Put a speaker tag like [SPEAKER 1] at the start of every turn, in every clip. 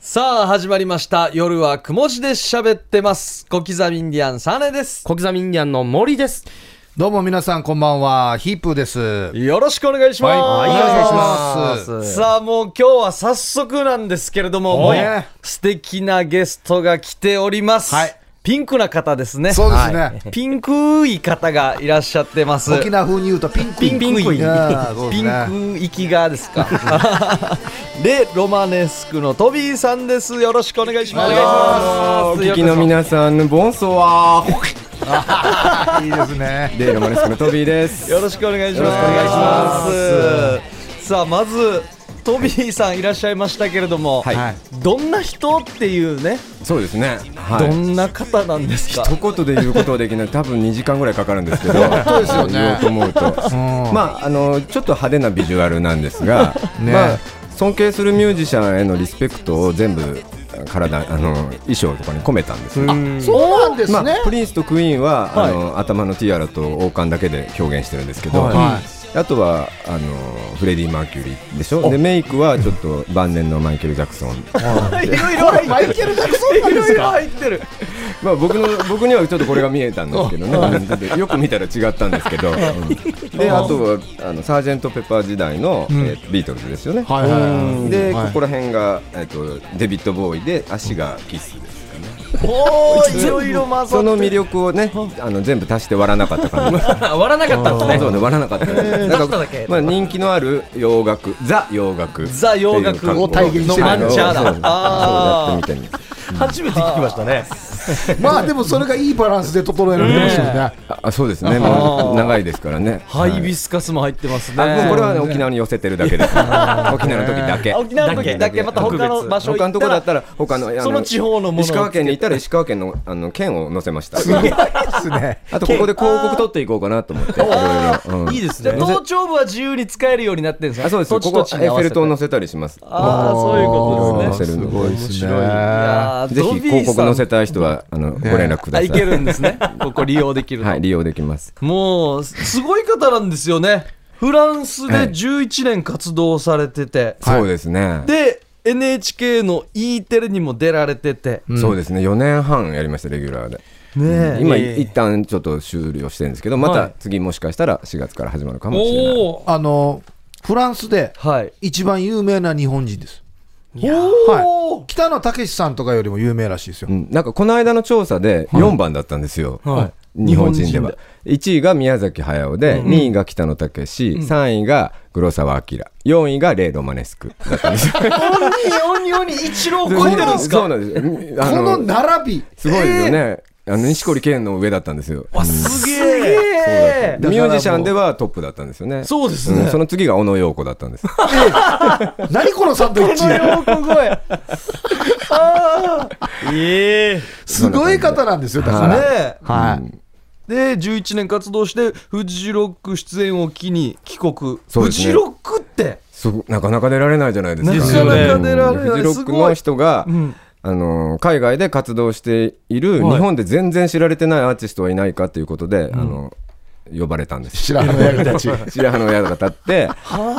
[SPEAKER 1] さあ始まりました夜はくも字で喋ってます小刻みインディアンサネです
[SPEAKER 2] 小刻みインディアンの森です。
[SPEAKER 3] どうも皆さんこんばんは、ヒープーです。
[SPEAKER 1] よろしくお願いします、
[SPEAKER 3] はいはいお願いします
[SPEAKER 1] さあもう今日は早速なんですけれどももう
[SPEAKER 3] おい
[SPEAKER 1] 素敵なゲストが来ております、
[SPEAKER 3] はい
[SPEAKER 1] ピンクな方ですね
[SPEAKER 3] そうですね
[SPEAKER 1] はいピンクい方がいらっしゃってます
[SPEAKER 3] 沖縄風に言うとピンク
[SPEAKER 1] ピンクイ
[SPEAKER 3] いやーそうで
[SPEAKER 1] ピ
[SPEAKER 3] すね
[SPEAKER 1] ンク行きがですか でロマネスクのトビーさんですよろしくお願いします
[SPEAKER 3] お願いし
[SPEAKER 2] お聞きの皆さん、ボンソワー。
[SPEAKER 3] いいですね。
[SPEAKER 2] レイロマネスクのトビーです。
[SPEAKER 1] よろしくお願いします。
[SPEAKER 2] よろしくお願いし
[SPEAKER 1] ます。さあまずトビーさんいらっしゃいましたけれども、
[SPEAKER 3] はい
[SPEAKER 1] どんな人っていうね、
[SPEAKER 2] そうですね。は
[SPEAKER 1] ど
[SPEAKER 2] い。
[SPEAKER 1] んな方なんですか。
[SPEAKER 2] 一言で言うことはできない。多分2時間ぐらいかかるんですけど。
[SPEAKER 3] そうですよ
[SPEAKER 2] 言おう
[SPEAKER 3] ね
[SPEAKER 2] と。思うと。まあ、あの、ちょっと派手なビジュアルなんですが、
[SPEAKER 3] ね
[SPEAKER 2] まあ、尊敬するミュージシャンへのリスペクトを全部、体、あの、衣装とかに込めたんですよ。
[SPEAKER 3] そうなんです
[SPEAKER 2] まあ
[SPEAKER 3] ね。、
[SPEAKER 2] プリンスとクイーンは、
[SPEAKER 1] はい
[SPEAKER 2] あの頭のティアラと王冠だけで表現してるんですけど、
[SPEAKER 3] は
[SPEAKER 2] あとはあのフレディ・マーキュリーでしょでメイクはちょっと晩年のマイケル・ジャクソン
[SPEAKER 1] いろいろ入ってる。マイケルジャクソンなんですか。いろいろ入ってる。
[SPEAKER 2] まあ僕の僕にはちょっとこれが見えたんですけ どねよく見たら違ったんですけど、うんであとはあのサージェント・ペッパー時代の、えービートルズですよね、
[SPEAKER 3] はいはいはい
[SPEAKER 2] うんで、
[SPEAKER 3] はい
[SPEAKER 2] ここら辺が、えっとデビッド・ボーイで足がキスですかね
[SPEAKER 1] おーいろいろ混ざ
[SPEAKER 2] そ
[SPEAKER 1] っ
[SPEAKER 2] の
[SPEAKER 1] てる。
[SPEAKER 2] 魅力をねあの全部足して割らなかった感じ
[SPEAKER 1] 笑わなかったんですね。
[SPEAKER 2] そうね、割らなかったね。
[SPEAKER 1] 出
[SPEAKER 2] な
[SPEAKER 1] し
[SPEAKER 2] ん
[SPEAKER 1] ただ
[SPEAKER 2] か
[SPEAKER 1] け、
[SPEAKER 2] まあ、人気のある洋楽、ザ洋楽。
[SPEAKER 1] ザ洋楽
[SPEAKER 2] っていう感じ
[SPEAKER 3] を体現してる
[SPEAKER 2] そう
[SPEAKER 3] マン
[SPEAKER 1] チャーだ
[SPEAKER 2] そうそう
[SPEAKER 1] あー
[SPEAKER 2] そうやってみてみ
[SPEAKER 1] 初めて聞きましたね。
[SPEAKER 3] まあでもそれがいいバランスで整えられてましたよね。
[SPEAKER 2] ああ、そうですね。もう長いですからね。
[SPEAKER 1] ハイ
[SPEAKER 2] ビ
[SPEAKER 1] ビスカスも入ってますね。
[SPEAKER 2] あ、もうこれはね、沖縄に寄せてるだ けです。沖縄の時だけ。
[SPEAKER 1] 沖縄の時だけまた他の場所
[SPEAKER 2] 他
[SPEAKER 1] 行っ
[SPEAKER 2] のとこ
[SPEAKER 1] た
[SPEAKER 2] だ
[SPEAKER 1] ら
[SPEAKER 2] ったら、他の、あ
[SPEAKER 1] その地方のものを
[SPEAKER 2] 石川県にいたら、石川県の、あの、県を載せました。
[SPEAKER 3] ですね。
[SPEAKER 2] あと、ここで広告取っていこうかなと思って。いろいろ。いいです
[SPEAKER 1] じゃあ頭頂部は自由に使えるようになってるんですか。
[SPEAKER 2] あ、そうです。こ
[SPEAKER 1] 土地
[SPEAKER 2] こ
[SPEAKER 1] 土地、
[SPEAKER 2] エ
[SPEAKER 1] に
[SPEAKER 2] ッ
[SPEAKER 1] 合わ
[SPEAKER 2] フェ
[SPEAKER 1] せ
[SPEAKER 2] ル
[SPEAKER 1] て
[SPEAKER 2] 塔載せたりします。
[SPEAKER 1] ああそういうことですね。
[SPEAKER 2] 載せるので。
[SPEAKER 3] です
[SPEAKER 1] いやー
[SPEAKER 2] ぜひ
[SPEAKER 1] ゾンビ
[SPEAKER 2] 広告載せ
[SPEAKER 1] さ
[SPEAKER 2] たい人は、あの、ご連絡く
[SPEAKER 1] んあ
[SPEAKER 2] ださい。
[SPEAKER 1] いけるんですね。 ここ利用できるの。
[SPEAKER 2] はい、利用できます。
[SPEAKER 1] もう、すごい方なんですよね。フランス
[SPEAKER 2] は
[SPEAKER 1] で
[SPEAKER 2] い
[SPEAKER 1] 11年活動されてて。
[SPEAKER 2] そうですね。
[SPEAKER 1] で、NHK の E テレにも出られてて。
[SPEAKER 2] そうですね。4年半やりました、レギュラーで。
[SPEAKER 1] ねえ。
[SPEAKER 2] 今、
[SPEAKER 1] ええ
[SPEAKER 2] 一旦ちょっと終了してるんですけど、ま
[SPEAKER 1] は
[SPEAKER 2] た
[SPEAKER 1] い
[SPEAKER 2] 次もしかしたら4月から始まるかもしれない。
[SPEAKER 1] おー
[SPEAKER 3] あの、フランスで
[SPEAKER 1] はい。
[SPEAKER 3] 一番有名な日本人です。
[SPEAKER 1] おー
[SPEAKER 3] 北野武さんとかよりも有名らしいですよ
[SPEAKER 2] う。ん、なんかこの間の調査で4番だったんですよ、
[SPEAKER 1] は
[SPEAKER 2] 日本人で
[SPEAKER 1] 日本人
[SPEAKER 2] は1位が宮崎駿で、2位が北野武3位が黒澤明4位がレイ・ロマネスクだったんですよ
[SPEAKER 1] おにおに一郎超えてるんです
[SPEAKER 2] そう
[SPEAKER 1] か
[SPEAKER 2] なんですあ
[SPEAKER 3] この
[SPEAKER 2] の
[SPEAKER 3] 並び。
[SPEAKER 2] すごいですよね、あの錦織圭の上だったんですよ
[SPEAKER 1] あすげえ
[SPEAKER 2] ミュージシャンではトップだったんですよね
[SPEAKER 1] そうですね
[SPEAKER 2] んその次が小野陽子だったんです
[SPEAKER 3] 何このサンドイッチ
[SPEAKER 1] この。洋子声。ああ。ええ。
[SPEAKER 3] すごい方なんですよ、だか
[SPEAKER 1] ね
[SPEAKER 3] ら。
[SPEAKER 1] え。
[SPEAKER 3] はい。
[SPEAKER 1] で11年活動してフジロック出演を機に帰国、
[SPEAKER 2] そ
[SPEAKER 1] フ
[SPEAKER 2] うですね
[SPEAKER 1] ジロックって
[SPEAKER 2] すごなかなか出られないじゃないですか。
[SPEAKER 1] なかなか出られない
[SPEAKER 2] うんフジロックの人が、あのー海外で活動している、
[SPEAKER 1] はい
[SPEAKER 2] 日本で全然知られてないアーティストはいないかということで、あの呼ばれたんです。
[SPEAKER 3] 白羽の矢たち。
[SPEAKER 2] 白羽の矢が立って、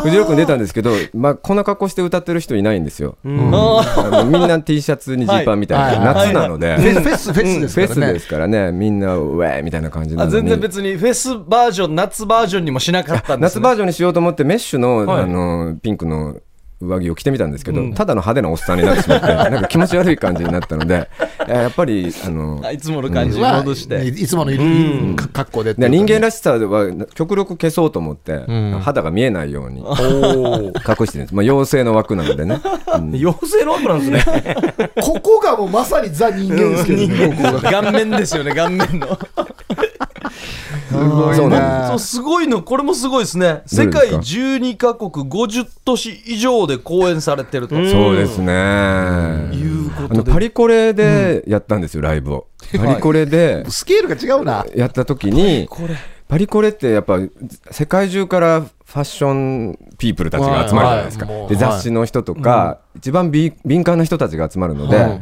[SPEAKER 2] フジロックに出たんですけど、まあ、こんな格好して歌ってる人いないんですよ。
[SPEAKER 1] あ
[SPEAKER 2] あのみんな T シャツにジーパンみたいな、
[SPEAKER 3] はい
[SPEAKER 2] 夏なので、
[SPEAKER 3] フェス、フェス、フ
[SPEAKER 2] うん
[SPEAKER 3] ェス
[SPEAKER 2] フ
[SPEAKER 3] で
[SPEAKER 2] ェ
[SPEAKER 3] す
[SPEAKER 2] ス
[SPEAKER 3] から
[SPEAKER 2] で
[SPEAKER 3] ね。
[SPEAKER 2] すからね、みんな、ウェーみたいな感じな
[SPEAKER 1] あ
[SPEAKER 2] のに
[SPEAKER 1] 全然別にフェスバージョン夏バージョンにもしなかったんです、
[SPEAKER 2] 夏
[SPEAKER 1] ね、
[SPEAKER 2] バージョンにしようと思ってメッシュの,、
[SPEAKER 1] はい
[SPEAKER 2] あのピンクの上着を着てみたんですけど、ただの派手なおっさんになっ てしまってなんか気持ち悪い感じになったのでえやっぱりあの
[SPEAKER 1] あいつもの感じに
[SPEAKER 3] まあ
[SPEAKER 1] 戻して、
[SPEAKER 3] いいつものいるか格好でってい
[SPEAKER 2] で
[SPEAKER 3] うかね。
[SPEAKER 2] 人間らしさは極力消そうと思って、肌が見えないように隠してるんです、まあ、妖精の枠なのでね、う ん
[SPEAKER 1] 妖精ロックなんですね
[SPEAKER 3] ここがもうまさにザ人間ですけどね、ここが
[SPEAKER 1] 顔面ですよね顔面 の
[SPEAKER 2] そうなん
[SPEAKER 1] そうすごいのこれもすごいですね世界12カ国50都市以上で公演されてると
[SPEAKER 2] です
[SPEAKER 1] い
[SPEAKER 2] そうですね
[SPEAKER 1] うこ
[SPEAKER 2] あ
[SPEAKER 1] と
[SPEAKER 2] の
[SPEAKER 1] で
[SPEAKER 2] パリコレでやったんですよ、ライブをパリコレで
[SPEAKER 3] スケールが違うな。
[SPEAKER 2] やった時に
[SPEAKER 1] これ
[SPEAKER 2] パリコレってやっぱ世界中からファッションピープルたちが集まるじゃないですか、
[SPEAKER 3] はいもう
[SPEAKER 2] で雑誌の人とか、一番び敏感な人たちが集まるので、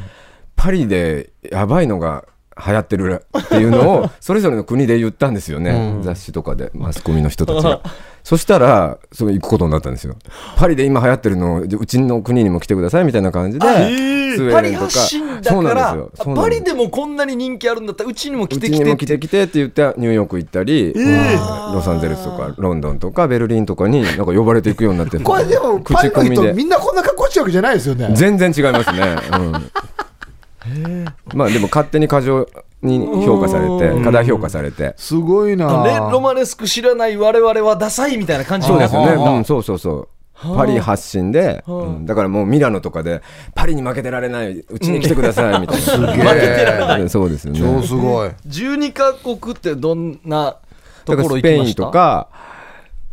[SPEAKER 2] パリでやばいのが流行ってるっていうのをそれぞれの国で言ったんですよね、雑誌とかでマスコミの人たちがそしたらそれ行くことになったんですよパリで今流行ってるのをうちの国にも来てくださいみたいな感じで、スウェ
[SPEAKER 1] パ
[SPEAKER 2] ー
[SPEAKER 1] リ
[SPEAKER 2] デンとか
[SPEAKER 1] 発信だ
[SPEAKER 2] そう
[SPEAKER 1] か
[SPEAKER 2] な
[SPEAKER 1] ら
[SPEAKER 2] んですよ
[SPEAKER 1] あ
[SPEAKER 2] そうなん
[SPEAKER 1] パ
[SPEAKER 2] です
[SPEAKER 1] リでもこんなに人気あるんだったらうちにも来
[SPEAKER 2] う
[SPEAKER 1] て
[SPEAKER 2] ち
[SPEAKER 1] き
[SPEAKER 2] に
[SPEAKER 1] て
[SPEAKER 2] も
[SPEAKER 1] っ
[SPEAKER 2] 来
[SPEAKER 1] て
[SPEAKER 2] て来てって言ってニューヨーク行ったり、ロサンゼルスとかロンドンとかベルリンとかになんか呼ばれていくようになって
[SPEAKER 3] これでも、パ
[SPEAKER 2] 口
[SPEAKER 3] リ
[SPEAKER 2] コ
[SPEAKER 3] の
[SPEAKER 2] ミ
[SPEAKER 3] 人、
[SPEAKER 2] で
[SPEAKER 3] みんなこんな格好してるわけじゃないですよね。
[SPEAKER 2] 全然違いますね、うん、まあでも勝手に過剰に評価されて過大評価されて
[SPEAKER 3] すごいな。
[SPEAKER 1] ね、ロマネスク知らない我々はダサいみたいな感じ
[SPEAKER 2] そうですよね、
[SPEAKER 1] ああああ
[SPEAKER 2] うん、そうそうそうパリ発信で、うんだからもうミラノとかでパリに負けてられないうちに来てくださいみたいな、
[SPEAKER 3] すげえ
[SPEAKER 2] 負けてられないそうですよね
[SPEAKER 3] 超すごい。
[SPEAKER 1] 12カ国ってどんなとこ
[SPEAKER 2] だから
[SPEAKER 1] ろ行
[SPEAKER 2] ス
[SPEAKER 1] き
[SPEAKER 2] ペ
[SPEAKER 1] ま
[SPEAKER 2] イ
[SPEAKER 1] し
[SPEAKER 2] ン
[SPEAKER 1] た
[SPEAKER 2] とか、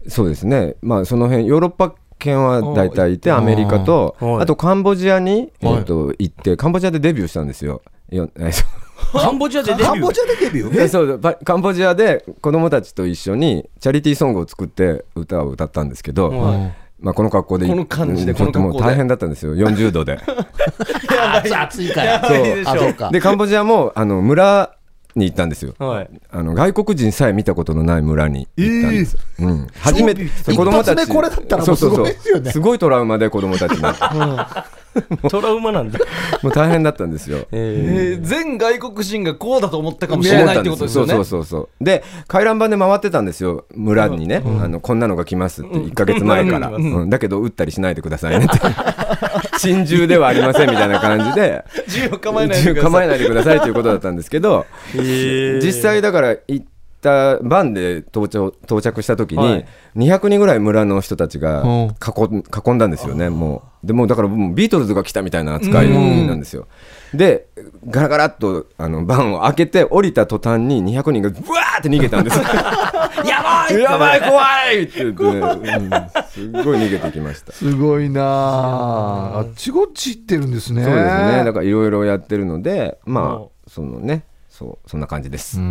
[SPEAKER 2] そうですね、まあ、その辺ヨーロッパ圏は大体いて、アメリカと、
[SPEAKER 4] はい
[SPEAKER 2] あとカンボジアに、えっと行って、カンボジアでデビューしたんですよ。よえそう
[SPEAKER 4] カンボジアでデビュー
[SPEAKER 3] カンボジアでデビュー
[SPEAKER 2] そうパカンボジアで子供たちと一緒にチャリティーソングを作って歌を歌ったんですけど、まあ、この格好で
[SPEAKER 1] この感じで
[SPEAKER 2] うんちょっともう
[SPEAKER 1] この格好で
[SPEAKER 2] 大変だったんですよ40度 で
[SPEAKER 3] 暑いから。
[SPEAKER 4] やばいでしょ
[SPEAKER 3] あ、そうか。
[SPEAKER 2] でカンボジアもあの村に行ったんですよ、
[SPEAKER 4] はい
[SPEAKER 2] あの外国人さえ見たことのない村に行ったんです、うん、初めて
[SPEAKER 3] そう一発目これだったらもうすごいですよね
[SPEAKER 2] すごいトラウマで子供たちになって
[SPEAKER 4] トラウマなんだ。
[SPEAKER 2] もう大変だったんです よ
[SPEAKER 1] えー全外国人がこうだと思ったかもしれないってことですよね
[SPEAKER 2] そうそうそうそうで回覧板で回ってたんですよ村にね、あのこんなのが来ますって1か月前から、
[SPEAKER 4] う
[SPEAKER 2] うんだけど打ったりしないでくださいねって 珍獣ではありませんみたいな感じで
[SPEAKER 1] 自由構えないでください
[SPEAKER 2] 構えないでくださいということだったんですけど実際だから行ったバンで到着到着した時
[SPEAKER 4] は
[SPEAKER 2] に
[SPEAKER 4] い
[SPEAKER 2] 200人ぐらい村の人たちが
[SPEAKER 3] うん
[SPEAKER 2] 囲ん囲んだんですよねもうでもうだからもうビートルズが来たみたいな扱いなんですよでガラガラっとあのバンを開けて降りた途端に200人がブワーって逃げたんです やばいやばい怖いって言って、うんすっごい逃げていきました
[SPEAKER 3] すごいなあ。あっちこっち行ってるんですね。
[SPEAKER 2] そうですね。だからいろいろやってるので、
[SPEAKER 4] う
[SPEAKER 2] ま
[SPEAKER 4] ん
[SPEAKER 2] あそのね、そうそんな感じです。
[SPEAKER 3] な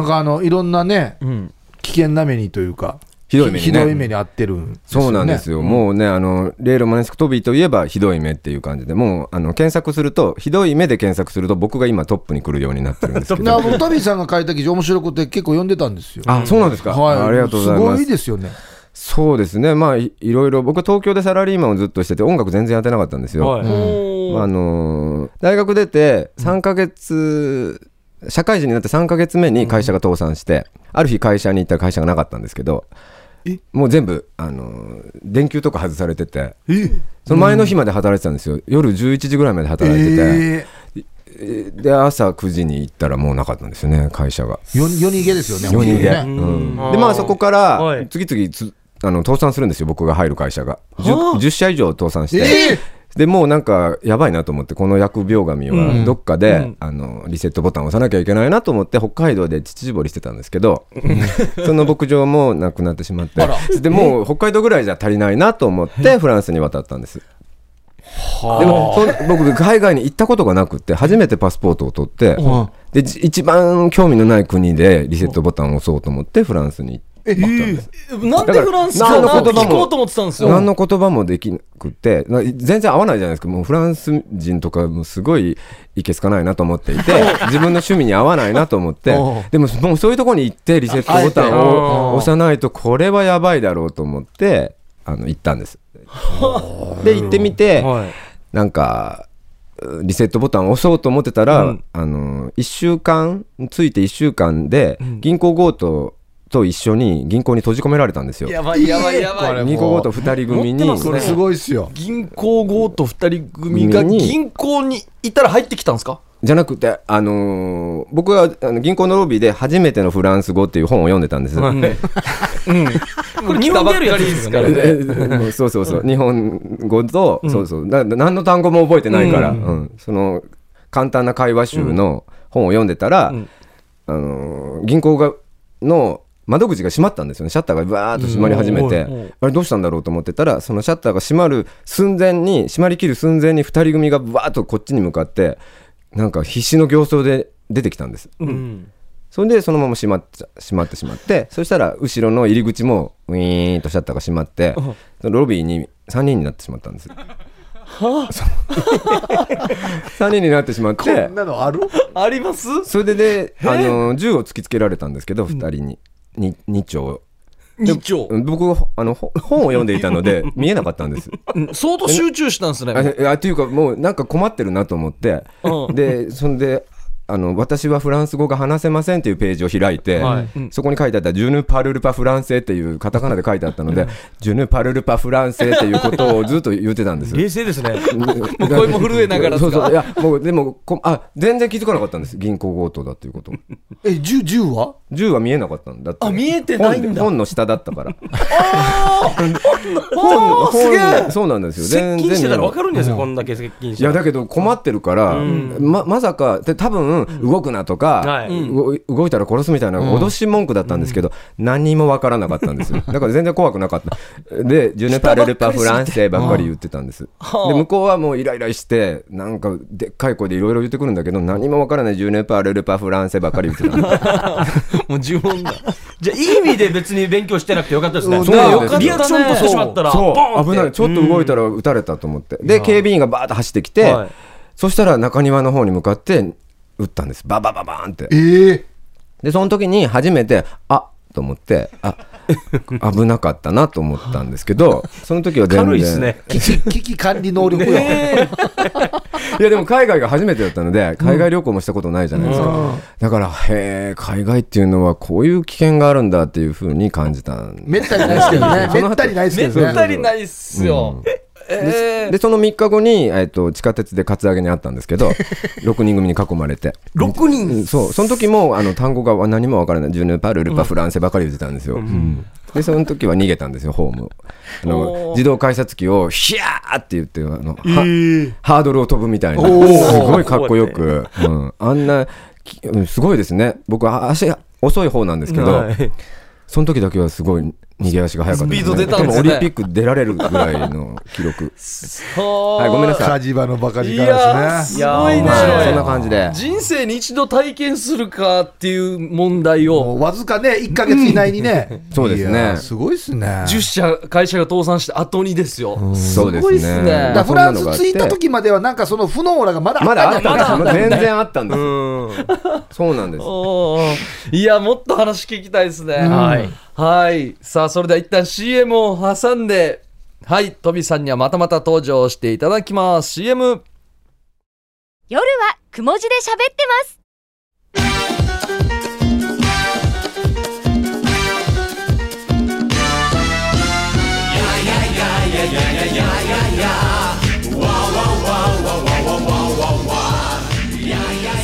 [SPEAKER 3] んかあの、いろんなね、
[SPEAKER 1] ん
[SPEAKER 3] 危険な目にというか、
[SPEAKER 2] ひどい目にね
[SPEAKER 3] ひどい目に遭ってるんですよね
[SPEAKER 2] そうなんです。よ。もうね、あのレールマネスクトビーといえばひどい目っていう感じで、もうあの検索するとひどい目で検索すると僕が今トップに来るようになってるんですけ
[SPEAKER 3] な
[SPEAKER 2] ど。
[SPEAKER 3] 僕、トビーさんが書いた記事、面白いことで結構読んでたんですよ。
[SPEAKER 2] あ、そうなんですか。
[SPEAKER 3] はい、
[SPEAKER 2] ありがとうございます
[SPEAKER 3] すごい。ですよね。
[SPEAKER 2] そうですね。まあいいろいろ僕は東京でサラリーマンをずっとしてて音楽全然やってなかったんですよ。
[SPEAKER 4] はい。
[SPEAKER 1] おー
[SPEAKER 2] まああのー大学出て3ヶ月、社会人になって3ヶ月目に会社が倒産して、ある日会社に行ったら会社がなかったんですけどもう全部、あのー電球とか外されててその前の日まで働いてたんですよ、夜11時ぐらいまで働いてて、
[SPEAKER 3] え
[SPEAKER 2] で朝9時に行ったらもうなかったんですよね会社が。
[SPEAKER 3] ー、よ夜逃げですよね。
[SPEAKER 2] 夜逃げ、
[SPEAKER 3] 本当にね
[SPEAKER 2] うん
[SPEAKER 4] うん
[SPEAKER 2] でまあそこか
[SPEAKER 4] は
[SPEAKER 2] ら
[SPEAKER 4] い
[SPEAKER 2] 次々つあの倒産するんですよ僕が入る会社が 10, 10社以上倒産して、
[SPEAKER 3] え
[SPEAKER 2] でもうなんかやばいなと思ってこの疫病神はどっかで、あのリセットボタンを押さなきゃいけないなと思って北海道で乳搾りしてたんですけどその牧場もなくなってしまってでもう北海道ぐらいじゃ足りないなと思ってフランスに渡ったんです。でもその僕海外に行ったことがなくて初めてパスポートを取ってでじ一番興味のない国でリセットボタンを押そうと思ってフランスに行って
[SPEAKER 3] えー
[SPEAKER 1] なんでフランスか
[SPEAKER 2] だから
[SPEAKER 1] な
[SPEAKER 2] 何の言葉
[SPEAKER 1] 聞
[SPEAKER 2] も
[SPEAKER 1] こうと思ってたんですよ
[SPEAKER 2] 何の言葉もできなくてな全然合わないじゃないですかもうフランス人とかもすごいいけすかないなと思っていて自分の趣味に合わないなと思って
[SPEAKER 3] おう
[SPEAKER 2] でももうそういうとこに行ってリセットボタンを押さないとこれはやばいだろうと思ってあの行ったんです。で行ってみて、
[SPEAKER 4] はい。
[SPEAKER 2] なんかうリセットボタンを押そうと思ってたら、あの1週間ついて1週間で銀行強盗と一緒に銀行に閉じ込められたんですよ。
[SPEAKER 1] やばいやばいやばい
[SPEAKER 3] これ
[SPEAKER 2] 銀行強盗2人組
[SPEAKER 1] 持って
[SPEAKER 2] に
[SPEAKER 1] ます
[SPEAKER 3] これすごいっすよ。
[SPEAKER 1] 銀行強盗二人組が
[SPEAKER 2] 組に
[SPEAKER 1] 銀行にいたら入ってきたんですか
[SPEAKER 2] じゃなくて、あのー僕はあの銀行のロビーで初めてのフランス語っていう本を読んでたんです。
[SPEAKER 4] これ日本でやるやつですからね。
[SPEAKER 2] え うんそうそうそう、日本語と、そうそう、な何の単語も覚えてないから、うんその簡単な会話集の本を読んでたら、あのー銀行がの窓口が閉まったんですよね、シャッターがバーっと閉まり始めて、あれどうしたんだろうと思ってたら、そのシャッターが閉まる寸前に、閉まりきる寸前に2人組がバーっとこっちに向かって、なんか必死の形相で出てきたんです。
[SPEAKER 4] うん。
[SPEAKER 2] それでそのまま閉まっちゃ閉まってしまってそしたら後ろの入り口もウィーンとシャッターが閉まってそのロビーに3人になってしまったんです3人になってしまっ
[SPEAKER 3] こ
[SPEAKER 2] て
[SPEAKER 3] んなのある
[SPEAKER 1] あります
[SPEAKER 2] それでねあの銃を突きつけられたんですけど2人にに2丁
[SPEAKER 1] 二丁、
[SPEAKER 2] うん僕あのほ本を読んでいたので見えなかったんです
[SPEAKER 1] うん相当集中したんですね。
[SPEAKER 2] ああというかもうなんか困ってるなと思って、
[SPEAKER 1] うん
[SPEAKER 2] でそんであの「私はフランス語が話せません」っていうページを開いて、
[SPEAKER 1] はい
[SPEAKER 2] そこに書いてあった「ジュヌ・パルルパ・フランセ」っていうカタカナで書いてあったので「ジュヌ・パルルパ・フランセ」っていうことをずっと言って たんです
[SPEAKER 4] 冷静ですね。
[SPEAKER 2] も
[SPEAKER 1] う声も震えながら
[SPEAKER 2] そう
[SPEAKER 1] ですか
[SPEAKER 2] そういやもうでもこあ全然気づかなかったんです銀行強盗だっていうこと
[SPEAKER 3] え、銃、銃は
[SPEAKER 2] 銃は見えなかったんだって
[SPEAKER 1] あ見えてないんだ
[SPEAKER 2] 本で本の下だったから
[SPEAKER 1] おーすげえ
[SPEAKER 2] そうなんですよ
[SPEAKER 4] 接近してたら分か
[SPEAKER 2] る
[SPEAKER 4] るんですよ、こんだけ接近し
[SPEAKER 2] い
[SPEAKER 4] て
[SPEAKER 2] やだけど困ってるから、ままさかで多分動くなとか、
[SPEAKER 4] はい
[SPEAKER 2] 動動いたら殺すみたいな脅し文句だったんですけど、何にも分からなかったん ですよだから全然怖くなかったで「ジュネパ・レルパ・フランセ」ばっかり言ってたんです、で向こうはもうイライラしてなんかでっかい声でいろいろ言ってくるんだけど何も分からない「ジュネパ・レルパ・フランセ」ばっかり言ってたん です
[SPEAKER 1] もう呪文だ。
[SPEAKER 4] じゃあ、いい意味で別に勉強してなくてよかったですね。
[SPEAKER 2] そうなんですよ
[SPEAKER 4] リアクションとしてしまったら、ボーン
[SPEAKER 2] そ
[SPEAKER 4] っ
[SPEAKER 2] う
[SPEAKER 4] て
[SPEAKER 2] 危ないちょっと動いたら撃たれたと思ってで警備員がバーッと走ってきて、
[SPEAKER 4] はい
[SPEAKER 2] そしたら中庭の方に向かって撃ったんですババババーンって
[SPEAKER 3] ええ。
[SPEAKER 2] でその時に初めてあと思ってあ 危なかったなと思ったんですけどその時は全然
[SPEAKER 4] 軽いっすね。
[SPEAKER 3] 危機危機管理能力や。
[SPEAKER 2] いやでも海外が初めてだったので海外旅行もしたことないじゃないですか、だからへえ海外っていうのはこういう危険があるんだっていうふうに感じたん
[SPEAKER 3] めったにないですけどね。めったにないです
[SPEAKER 1] め
[SPEAKER 3] け
[SPEAKER 1] っ
[SPEAKER 3] どね。
[SPEAKER 1] たにないっすよ。え
[SPEAKER 2] でその3日後に、えっと地下鉄でカツアゲにあったんです けど6人組に囲まれて
[SPEAKER 4] 6
[SPEAKER 2] う
[SPEAKER 4] 人
[SPEAKER 2] んそうその時もあの単語が何も分からないジュヌパルルパフランセばかり言ってたんですよ、でその時は逃げたんですよホームをあの自動改札機をヒヤーって言ってあの、はハードルを飛ぶみたいなすごいかっこよく、うん、あんなきうんすごいですね僕は足遅い方なんですけど、
[SPEAKER 4] はい
[SPEAKER 2] その時だけはすごい逃げ足が速かった
[SPEAKER 1] スピード出たんですね
[SPEAKER 2] 多分オリンピック出られるぐらいの記録
[SPEAKER 1] ー
[SPEAKER 2] はいごめんなさ
[SPEAKER 3] 火
[SPEAKER 2] い
[SPEAKER 3] 事場のバカ
[SPEAKER 1] い
[SPEAKER 3] 力
[SPEAKER 1] やー
[SPEAKER 3] です
[SPEAKER 1] す
[SPEAKER 3] ね。
[SPEAKER 1] ごいね
[SPEAKER 2] はいそんな感じで
[SPEAKER 1] 人生に一度体験するかっていう問題
[SPEAKER 3] も
[SPEAKER 1] を
[SPEAKER 3] うわずかね、1ヶ月以内にね。
[SPEAKER 2] そうですね
[SPEAKER 3] いやーすごいですね。
[SPEAKER 1] 10社会社が倒産した後にですよ、
[SPEAKER 2] そうです
[SPEAKER 1] ごい
[SPEAKER 2] ね
[SPEAKER 1] っすね
[SPEAKER 2] だ
[SPEAKER 1] だ
[SPEAKER 2] から
[SPEAKER 3] フランス
[SPEAKER 2] そんなのがあって
[SPEAKER 3] 着いた時まではなんかその負のオーラがまだあ
[SPEAKER 2] ま
[SPEAKER 3] った
[SPEAKER 2] だ
[SPEAKER 3] ん
[SPEAKER 2] あ
[SPEAKER 3] や
[SPEAKER 2] ったんです
[SPEAKER 1] まだあったんだ
[SPEAKER 2] 全然あったんです
[SPEAKER 4] うん。
[SPEAKER 2] そうなんです
[SPEAKER 1] おーいやもっと話聞きたいですね、
[SPEAKER 4] はい
[SPEAKER 1] はいさあそれでは一旦 CM を挟んではいトビさんにはまたまた登場していただきます CM
[SPEAKER 5] 夜はくも字で喋ってます。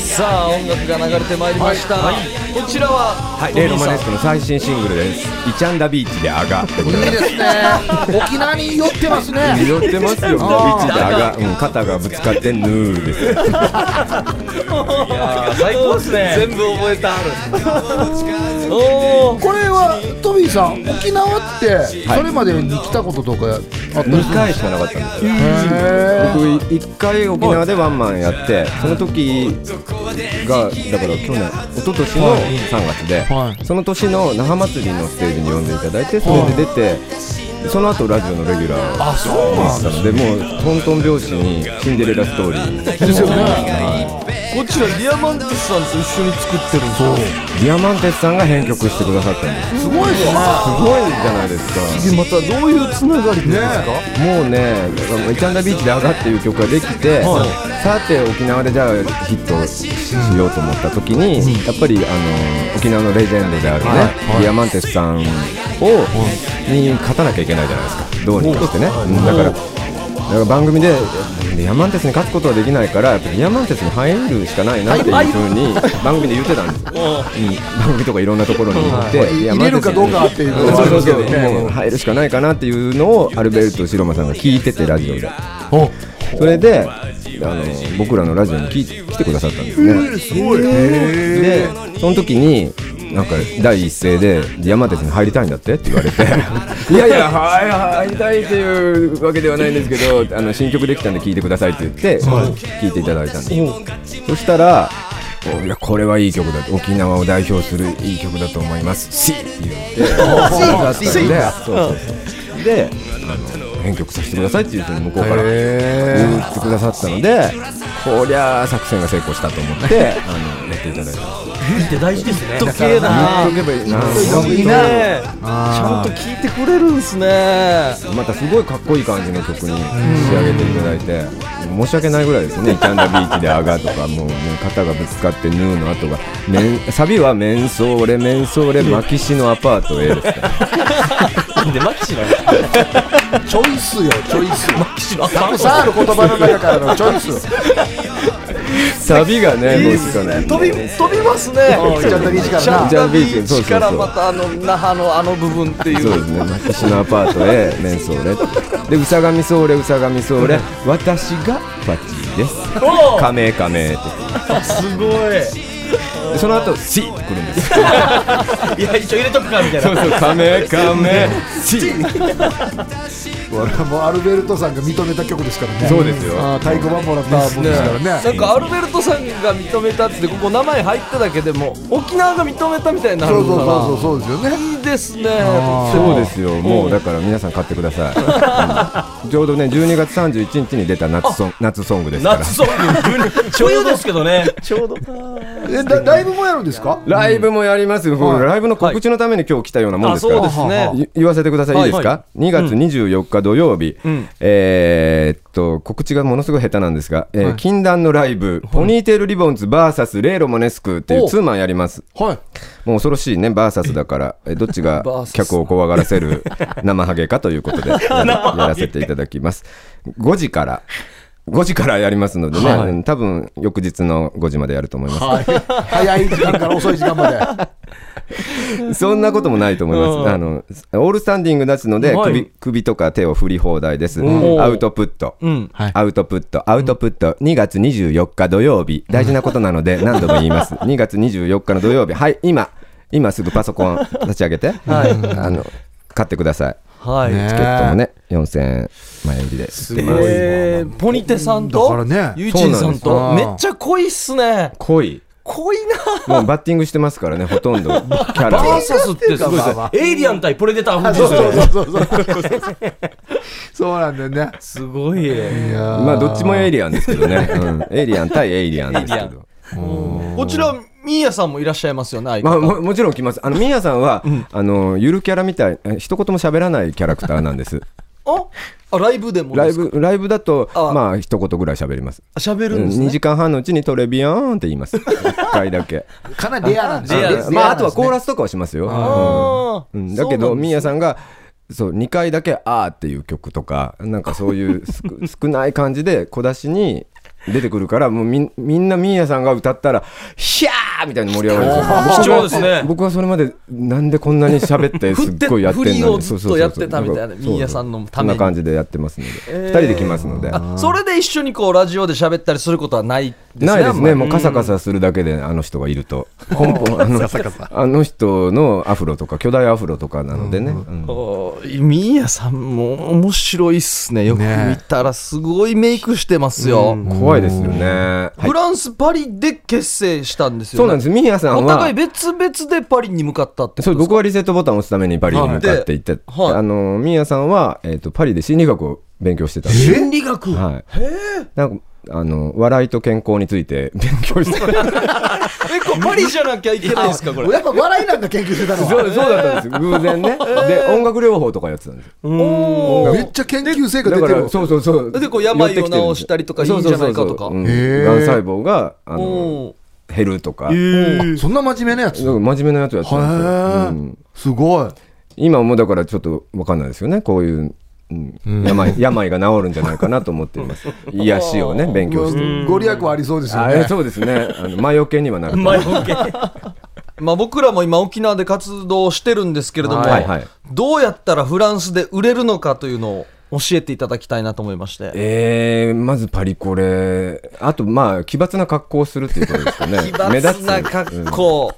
[SPEAKER 1] さあ音楽が流れてまいりました、こちらは、
[SPEAKER 2] はい、
[SPEAKER 1] トビ
[SPEAKER 2] レイ
[SPEAKER 1] さ
[SPEAKER 2] ロ
[SPEAKER 1] ん
[SPEAKER 2] マネスコの最新シングルです。イチャンダビーチでアガってこと
[SPEAKER 3] いい
[SPEAKER 2] で。
[SPEAKER 3] ですすね。沖縄に寄ってますね。
[SPEAKER 2] 寄ってますよ。ビーチでアガ、うん、肩がぶつかってヌーですよ。
[SPEAKER 1] 最高ですね全部覚えたあるおお
[SPEAKER 3] これはトビーさん、沖縄ってそれまでに来たこととかあったりす
[SPEAKER 2] 2
[SPEAKER 3] る
[SPEAKER 2] 回しかなかったんですよ。
[SPEAKER 3] へー
[SPEAKER 2] 僕1回沖縄でワンマンやって、その時がだから去年、一昨年の3月で、
[SPEAKER 3] はい
[SPEAKER 2] その年の那覇祭りのステージに呼んでいただいて、それで出て。その後ラジオのレギュラーあそうなんのでもうトントン拍子にシンデレラストーリー
[SPEAKER 3] ですよね。
[SPEAKER 1] こっちはディアマンテスさんと一緒に作ってるんですよ
[SPEAKER 2] ディアマンテスさんが編曲してくださったんです
[SPEAKER 3] すごいですね。
[SPEAKER 2] すごいじゃないですか
[SPEAKER 1] でまたどういうつながりですか、
[SPEAKER 2] もうね「イチャンダビーチで上が」っていう曲ができて、さて沖縄でじゃあヒットしようと思った時に、やっぱりあの沖縄のレジェンドであるね、ディアマンテスさんを、に勝たなきゃいけないじゃないですかどうにかしてね、うんだからだから番組でディアマンテスに勝つことはできないからやっぱディアマンテスに入るしかないなっていうふうに番組で言ってたんですよ、うん番組とかいろんなところに行って、ディ
[SPEAKER 3] 入
[SPEAKER 2] アマン
[SPEAKER 3] れ
[SPEAKER 2] テ
[SPEAKER 3] る
[SPEAKER 2] ス
[SPEAKER 3] か
[SPEAKER 2] に
[SPEAKER 3] どうかっていうのは
[SPEAKER 2] そうそうそうもう入るしかないかなっていうのをアルベルト・シロマさんが聞いててラジオでそれであの僕らのラジオに聞い来てくださったんですね、でその時になんか第一声で「山手線に入りたいんだって?」って言われて 「いやいやはいはい入りたいっていうわけではないんですけどあの新曲できたんで聴いてください」って言って聴いていただいたんですそしたらおいやこれはいい曲だと沖縄を代表するいい曲だと 思います「シーって言ってそうそうそうであの編曲させてくださいっていうふうに向こうから
[SPEAKER 3] へ
[SPEAKER 2] 言ってくださったのでこりゃあ作戦が成功したと思って あのやっていただいて
[SPEAKER 4] ルって大事ですね。
[SPEAKER 1] 時計だ
[SPEAKER 2] 言っとけばいいな
[SPEAKER 1] すごいねちゃんと聞いてくれるんすね
[SPEAKER 2] またすごいかっこいい感じの曲に仕上げていただいて申し訳ないぐらいですね「キャンダビーチで上が」とかもうもう肩がぶつかって「ヌー」の後がめんサビは「メンソーレメンソーレマキシのアパートへ」ですから
[SPEAKER 4] なんでマキシなの
[SPEAKER 3] チョイスよチョイス
[SPEAKER 4] マキシのアパー
[SPEAKER 3] さあある言葉の中からのチョイスよ
[SPEAKER 2] サビがねもうちょっとね
[SPEAKER 1] 飛び飛びますね
[SPEAKER 3] ちょっと短い
[SPEAKER 1] シャ
[SPEAKER 3] な
[SPEAKER 1] ンダビーチからまたあの那覇のあの部分っていう
[SPEAKER 2] そうですね、私のアパートへ、 メンソーレ。で、うさがみソーレ、うさがみソーレ、私がパチです。カメカメって。
[SPEAKER 4] すごい
[SPEAKER 2] でその後、シーって来るんですよ。
[SPEAKER 4] いや一応入れとくかみたい
[SPEAKER 2] そう
[SPEAKER 4] な
[SPEAKER 2] そう、カメカメ、シー。
[SPEAKER 3] これはもうアルベルトさんが認めた曲ですからね
[SPEAKER 2] そうですよ
[SPEAKER 3] あー太鼓判もらったもんですから
[SPEAKER 1] な
[SPEAKER 3] ね
[SPEAKER 1] んかアルベルトさんが認めたってここ名前入っただけでも沖縄が認めたみたいにな
[SPEAKER 3] そ
[SPEAKER 1] る
[SPEAKER 3] うそう
[SPEAKER 1] か
[SPEAKER 3] そうそうそうですよね
[SPEAKER 1] らいいですね
[SPEAKER 2] そうですよ、もうだから皆さん買ってください。うんちょうどね、12月31日に出た夏ソン夏ソングですから。
[SPEAKER 4] 夏ソング 冬ですけどねちょうど
[SPEAKER 3] えだライブもやるんですか
[SPEAKER 2] ライブもやりますよ、これライブの告知のために今日来たようなもんですか
[SPEAKER 1] あ
[SPEAKER 2] ら、
[SPEAKER 1] そうですね
[SPEAKER 2] い言わせてください、いいですか、
[SPEAKER 4] は
[SPEAKER 2] 2月24日土曜日、
[SPEAKER 1] ん
[SPEAKER 2] えーっと告知がものすごい下手なんですが、えー禁断のライブ、ポニーテールリボンズ VS レイロモネスクってい
[SPEAKER 1] お
[SPEAKER 2] うツーマンやります。
[SPEAKER 1] はい
[SPEAKER 2] もう恐ろしいね、バーサスだから、えどっち が
[SPEAKER 1] バーサス
[SPEAKER 2] 客を怖がら せる生ハゲかということで、やらやらせていただきます。5時から、5時からやりますのでね、うん多分翌日の5時までやると思います。
[SPEAKER 3] 早い時間から遅い時間まで
[SPEAKER 2] そんなこともないと思います。あの、オールスタンディングなすので、
[SPEAKER 1] はい
[SPEAKER 2] 首、首とか手を振り放題です。
[SPEAKER 1] おー
[SPEAKER 2] アウトプット。
[SPEAKER 1] うん
[SPEAKER 2] アウトプット、アウトプット、2月24日土曜日、大事なことなので、何度も言います。2月24日の土曜日、はい、今、今すぐパソコン立ち上げて、あの、買ってください。
[SPEAKER 1] はい、
[SPEAKER 3] ね
[SPEAKER 2] チケットもね、4000円前売りで。
[SPEAKER 4] す
[SPEAKER 1] えー、ポニテさんと
[SPEAKER 3] だからね
[SPEAKER 1] ユーチンさん
[SPEAKER 3] そう
[SPEAKER 1] と
[SPEAKER 3] なんで
[SPEAKER 1] め
[SPEAKER 3] す
[SPEAKER 1] っちゃ濃いっすね
[SPEAKER 2] 濃い。
[SPEAKER 1] 濃いな
[SPEAKER 2] もうバッティングしてますからね、ほとんど。キャ
[SPEAKER 4] バ
[SPEAKER 2] ラが
[SPEAKER 4] ー。サスってすごいです
[SPEAKER 3] ま
[SPEAKER 4] ね
[SPEAKER 3] あま
[SPEAKER 4] エイリアン対プレデター風
[SPEAKER 3] そう
[SPEAKER 4] です
[SPEAKER 3] そ
[SPEAKER 4] よ
[SPEAKER 3] う
[SPEAKER 4] ね
[SPEAKER 3] そうそうそうなんだよね
[SPEAKER 4] すごい
[SPEAKER 3] いやー
[SPEAKER 2] まあ、どっちもエイリアンですけどね。うんエイリアン対エイリアンですけ
[SPEAKER 1] エイリ
[SPEAKER 2] ど。
[SPEAKER 1] こちらミーヤさんもいらっしゃいますよね相
[SPEAKER 2] まあ、
[SPEAKER 1] 方、
[SPEAKER 2] ももちろん来ます。あの、ミーヤさんは、あの、ゆるキャラみたい、え一言も喋らないキャラクターな んです。
[SPEAKER 1] ああライブでも
[SPEAKER 2] ラ
[SPEAKER 1] で
[SPEAKER 2] イ
[SPEAKER 1] すか
[SPEAKER 2] ブ、ライブだと、
[SPEAKER 1] あ
[SPEAKER 2] まあ、一言ぐらい喋ります。
[SPEAKER 1] あ喋るんです
[SPEAKER 2] 2
[SPEAKER 1] ね
[SPEAKER 2] 時間半のうちにトレビアーンって言います。1回だ け。
[SPEAKER 3] かなりレアなんですよ
[SPEAKER 1] レアです
[SPEAKER 3] ね
[SPEAKER 2] まあ、あとはコーラスとかはしますよ。
[SPEAKER 1] あー
[SPEAKER 2] うんだけ
[SPEAKER 1] そ
[SPEAKER 2] ど、
[SPEAKER 1] うなん
[SPEAKER 2] ミー
[SPEAKER 1] で
[SPEAKER 2] ヤさんが、そう、2回だけ、あーっていう曲とか、なんかそういうす く少ない感じで、小出しに、出てくるから、もうみんみんなミーヤさんが歌ったら、ひゃーみたいに盛り上がるんですよ。
[SPEAKER 4] 貴重ですね
[SPEAKER 2] 僕はそれまでなんでこんなに喋ってす
[SPEAKER 1] 振っ
[SPEAKER 2] っ
[SPEAKER 1] て
[SPEAKER 2] ごいやってんのに
[SPEAKER 1] 振りをずっと
[SPEAKER 2] そうそうそう
[SPEAKER 1] やってたみたいな
[SPEAKER 2] そうそう
[SPEAKER 1] ミーヤさんのために
[SPEAKER 2] そんな感じでやってますので、
[SPEAKER 1] えー
[SPEAKER 2] 二人で来ますので
[SPEAKER 1] あそれで一緒にこうラジオで喋ったりすることはないですね
[SPEAKER 2] ないですね
[SPEAKER 1] あんま
[SPEAKER 2] もうカサカサするだけであの人がい ると根本あのあの人のアフロとか巨大アフロとかなのでね、うん
[SPEAKER 1] りおーミーヤさんも面白いっすねよく見たらすごいメイクしてますよ、
[SPEAKER 2] 怖いですよね
[SPEAKER 1] フランス・パリで結成したんですよ、ね、
[SPEAKER 2] そうなんですミーヤさん
[SPEAKER 1] お互い
[SPEAKER 2] は
[SPEAKER 1] 別々でパリに向かったって
[SPEAKER 2] そ
[SPEAKER 1] こ
[SPEAKER 2] う
[SPEAKER 1] とです
[SPEAKER 2] 僕はリセットボタンを押すためにパリに向かって行って、
[SPEAKER 1] はい
[SPEAKER 2] あのミーヤさんは、えー、とパリで心理学を勉強してたんです
[SPEAKER 4] 心理学
[SPEAKER 2] はい、なんかあの笑いと健康について 勉 強して
[SPEAKER 1] かえこれパリじゃなきゃいけないんですかこれ
[SPEAKER 3] やっぱ笑いなんか研究してたの
[SPEAKER 2] そ
[SPEAKER 3] は
[SPEAKER 2] うそうだったんですよ偶然ね、で音楽療法とかやってたんですよ
[SPEAKER 1] お
[SPEAKER 3] め
[SPEAKER 1] ー
[SPEAKER 3] っちゃ研究成果
[SPEAKER 2] だ
[SPEAKER 3] 出
[SPEAKER 2] か
[SPEAKER 3] て
[SPEAKER 2] ら
[SPEAKER 3] る
[SPEAKER 2] そうそうそう
[SPEAKER 1] でこう病を
[SPEAKER 2] 寄ってきてるんです
[SPEAKER 1] 治したりとかいいんじゃないかとか
[SPEAKER 2] そうそうそううん
[SPEAKER 3] へー
[SPEAKER 2] がん細胞があの
[SPEAKER 1] おー
[SPEAKER 2] 減るとか、
[SPEAKER 3] そんな真面目なやつ
[SPEAKER 2] だから真面目なやつをやってたんですよ、
[SPEAKER 3] へ
[SPEAKER 2] うん
[SPEAKER 3] えすごい
[SPEAKER 2] 今もだからちょっと分かんないですよねこういう、うん病病が治るんじゃないかなと思 っています癒しをね勉強してる
[SPEAKER 3] ご利益はありそうですよ
[SPEAKER 2] あえ
[SPEAKER 3] ね
[SPEAKER 2] そうですねあの魔除けにはなると
[SPEAKER 4] 前向け
[SPEAKER 1] まあ、僕らも今沖縄で活動してるんですけれども、
[SPEAKER 2] はいはい
[SPEAKER 1] どうやったらフランスで売れるのかというのを教えていただきたいなと思いまして
[SPEAKER 2] えー、まずパリコレあとまあ奇抜な格好をするっていうことですか ね
[SPEAKER 1] 奇抜な
[SPEAKER 2] う
[SPEAKER 1] 格
[SPEAKER 2] ん
[SPEAKER 1] 好、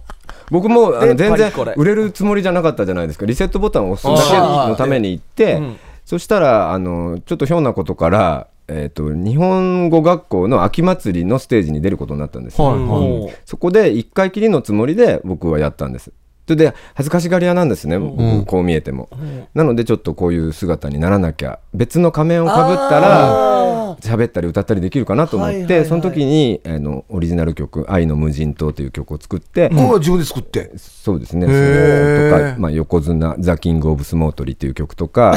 [SPEAKER 2] 僕もあ
[SPEAKER 1] で
[SPEAKER 2] の全
[SPEAKER 1] パリ
[SPEAKER 2] 然
[SPEAKER 1] コレ
[SPEAKER 2] 売れるつもりじゃなかったじゃないですかリセットボタンを押すだけのために行って、
[SPEAKER 1] ん
[SPEAKER 2] そしたらあのちょっとひょんなことから、えー、と日本語学校の秋祭りのステージに出ることになったんですよ、
[SPEAKER 1] はいはい
[SPEAKER 2] そこで1回きりのつもりで僕はやったんですそれで恥ずかしがり屋なんですね、僕こう見えても、なのでちょっとこういう姿にならなきゃ別の仮面をかぶったら喋ったり歌ったりできるかなと思って、
[SPEAKER 1] はいはいはい
[SPEAKER 2] その時にあのオリジナル曲「愛の無人島」という曲を作って、
[SPEAKER 3] ここは自分で作って。
[SPEAKER 2] そうですね、
[SPEAKER 3] へー
[SPEAKER 2] それとか、まあ、横綱、ザ・キング・オブ・スモートリっていう曲とか、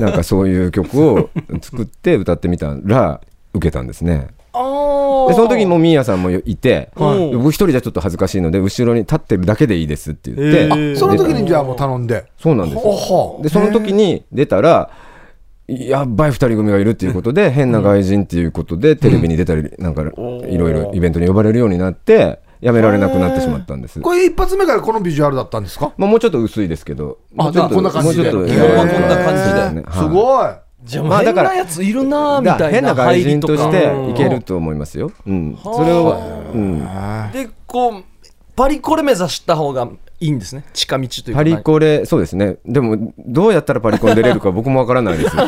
[SPEAKER 2] なんかそういう曲を作って歌ってみたら、受けたんですね。でその時にもうミーヤさんもいて、
[SPEAKER 1] はい
[SPEAKER 2] 僕一人じゃちょっと恥ずかしいので、後ろに立ってるだけでいいですって言って、
[SPEAKER 1] へー
[SPEAKER 3] あその時にじゃあもう頼んで。
[SPEAKER 2] そうなんですよ
[SPEAKER 3] ほうほう
[SPEAKER 2] で、その時に出たら、やっばい二人組がいるっていうことで、変な外人っていうことで、テレビに出たり、なんかいろいろイベントに呼ばれるようになって、やめられなくなってしまったんです。
[SPEAKER 3] これ一発目からこのビジュアルだったんですか
[SPEAKER 2] まあ、もうちょっと薄いですけど、
[SPEAKER 3] あ
[SPEAKER 2] もうちょっと
[SPEAKER 3] じゃあこんな感じで
[SPEAKER 2] もうちょっと
[SPEAKER 1] 基本は
[SPEAKER 2] えー
[SPEAKER 1] こんな感じで
[SPEAKER 2] そうですね
[SPEAKER 3] す
[SPEAKER 2] はい
[SPEAKER 3] ごい。
[SPEAKER 4] じゃあ、
[SPEAKER 2] ま
[SPEAKER 4] ま
[SPEAKER 2] あ
[SPEAKER 4] あ、
[SPEAKER 2] だ
[SPEAKER 4] 変
[SPEAKER 2] から
[SPEAKER 4] なやついるなーみ
[SPEAKER 2] だから
[SPEAKER 4] たい
[SPEAKER 2] 変な
[SPEAKER 4] な
[SPEAKER 2] 外
[SPEAKER 4] 入り
[SPEAKER 2] 人
[SPEAKER 4] と
[SPEAKER 2] と
[SPEAKER 4] か。
[SPEAKER 2] していけると思いますよ、うん、それを、うん、
[SPEAKER 1] でこうパリコレ目指した方がいいんですね近道というか
[SPEAKER 2] パリコレそうですねでもどうやったらパリコレに出れるか僕もわからないで すだ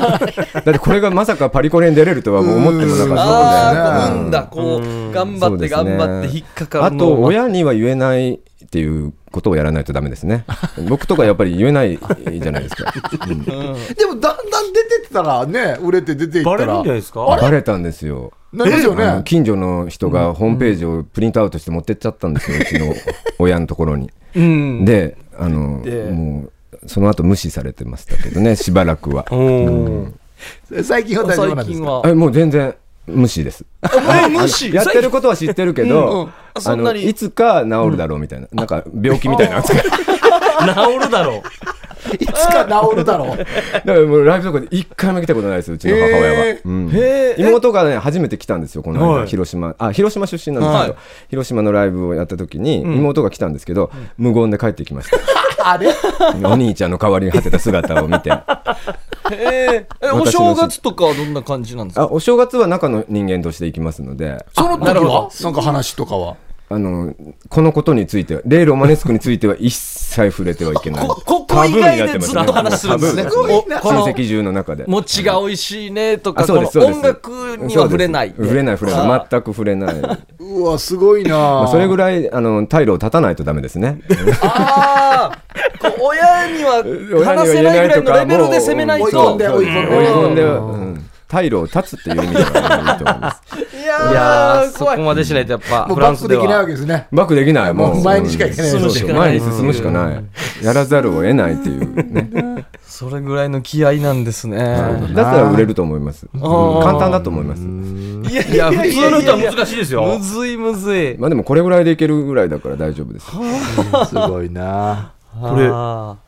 [SPEAKER 2] ってこれがまさかパリコレに出れるとはもう思ってもなかった
[SPEAKER 1] ああ
[SPEAKER 3] そう
[SPEAKER 1] ー運だこう頑張
[SPEAKER 2] そ
[SPEAKER 1] っ
[SPEAKER 2] う
[SPEAKER 1] て
[SPEAKER 2] です
[SPEAKER 1] 頑
[SPEAKER 2] ね
[SPEAKER 1] 張って引っかか
[SPEAKER 2] あ
[SPEAKER 1] る
[SPEAKER 2] と
[SPEAKER 1] のを
[SPEAKER 2] 親には言えないっていうことをやらないとダメですね僕とかやっぱり言えないじゃない ですか、うん
[SPEAKER 3] でもだんだん出てったらね、売れて出ていった
[SPEAKER 4] バレるんじゃ
[SPEAKER 3] ら。
[SPEAKER 4] ない
[SPEAKER 3] な
[SPEAKER 4] ですか
[SPEAKER 2] バレたんですよ
[SPEAKER 3] りますよ
[SPEAKER 2] あの
[SPEAKER 3] ね。
[SPEAKER 2] 近所の人がホームページをプリントアウトして持ってっちゃったんです よ、うちの親のところに。
[SPEAKER 1] うん
[SPEAKER 2] で、あの
[SPEAKER 1] で
[SPEAKER 2] もうその後無視されてましたけど ね、しばらくは。
[SPEAKER 4] うん。
[SPEAKER 3] 最近は大丈夫な
[SPEAKER 1] 最
[SPEAKER 3] んです
[SPEAKER 1] 近
[SPEAKER 3] か
[SPEAKER 1] は
[SPEAKER 2] えもう全然無視です。
[SPEAKER 1] え無視
[SPEAKER 2] やってることは知ってるけ
[SPEAKER 1] うんう
[SPEAKER 2] ど
[SPEAKER 1] ん、あそ
[SPEAKER 2] あ
[SPEAKER 1] んな
[SPEAKER 2] の
[SPEAKER 1] に
[SPEAKER 2] いつか治るだろうみたいな、なんか病気み たいな扱い。
[SPEAKER 4] 治るだろ
[SPEAKER 3] いつか治るだろう。
[SPEAKER 2] だからもうライブとかで一回も来たことないです、うちの母親は
[SPEAKER 3] へー。
[SPEAKER 2] うん
[SPEAKER 1] へーえ
[SPEAKER 2] 妹がね、初めて来たんですよ、この間、
[SPEAKER 4] はい
[SPEAKER 2] 広島。あ、広島出身なんですけど、
[SPEAKER 1] は
[SPEAKER 2] 広島のライブをやった時に、妹が来たんですけど、無言で帰ってきました。
[SPEAKER 3] あれ
[SPEAKER 2] お兄ちゃんの代わりに果てた姿を見て。あ、
[SPEAKER 1] えーえお正月とかはどんな感じなんですか
[SPEAKER 2] お正月は中の人間として行きますので、
[SPEAKER 3] その
[SPEAKER 1] な
[SPEAKER 3] 時
[SPEAKER 1] るほど
[SPEAKER 3] はなんか話とかは。
[SPEAKER 2] あの、このことについては、レイロマネスクについては一切触れてはいけない。
[SPEAKER 1] こここ以外でずっと話するんですね
[SPEAKER 2] タブーになってますね
[SPEAKER 1] すごいな
[SPEAKER 2] 親戚中の中で。
[SPEAKER 1] 餅が美味しいねとか
[SPEAKER 2] あ
[SPEAKER 1] こ
[SPEAKER 2] そうで
[SPEAKER 1] の
[SPEAKER 2] すそうです
[SPEAKER 1] 音楽には触れない
[SPEAKER 2] そうです触れない、触れ
[SPEAKER 1] あ
[SPEAKER 2] ない
[SPEAKER 1] ー。
[SPEAKER 2] 全く触れない。ま
[SPEAKER 3] うわ、すごいな
[SPEAKER 2] あ、それぐ
[SPEAKER 3] らい。
[SPEAKER 2] らい、あの、退路を断たないとダメですね。
[SPEAKER 1] ああ親には話せないぐらいのレベルで攻めない
[SPEAKER 3] 追い
[SPEAKER 1] と
[SPEAKER 3] 込んで追い
[SPEAKER 2] 追い
[SPEAKER 3] 込んで
[SPEAKER 2] 込んで、うん退路を断つっていう意味ではいいと思います。
[SPEAKER 1] い
[SPEAKER 4] い
[SPEAKER 1] や
[SPEAKER 4] やー、
[SPEAKER 1] ー
[SPEAKER 4] そ
[SPEAKER 1] 怖
[SPEAKER 4] こ
[SPEAKER 1] い
[SPEAKER 4] までしないとやっぱ、
[SPEAKER 3] もう
[SPEAKER 4] フラ
[SPEAKER 3] バ
[SPEAKER 4] ン
[SPEAKER 3] ック
[SPEAKER 4] スで
[SPEAKER 3] できないわ
[SPEAKER 4] は。
[SPEAKER 3] けですね。
[SPEAKER 2] バックできない、も
[SPEAKER 3] も
[SPEAKER 2] う。
[SPEAKER 3] う前にしか行けない
[SPEAKER 2] そうそう
[SPEAKER 1] 進むしかない
[SPEAKER 2] 前に進むしかない。やらざるを得ないっていうね。
[SPEAKER 1] それぐらいの気合いなんですね
[SPEAKER 2] だったら売れると思います。うん
[SPEAKER 1] ー
[SPEAKER 2] 簡単だと思います。
[SPEAKER 1] いや
[SPEAKER 4] いや、普通の人はい
[SPEAKER 1] やいや
[SPEAKER 4] 難しいですよ
[SPEAKER 1] む。ずいむずい
[SPEAKER 2] まあでもこれぐらいでいけるぐらいだから大丈夫です。
[SPEAKER 3] すごいな
[SPEAKER 1] こ
[SPEAKER 4] れ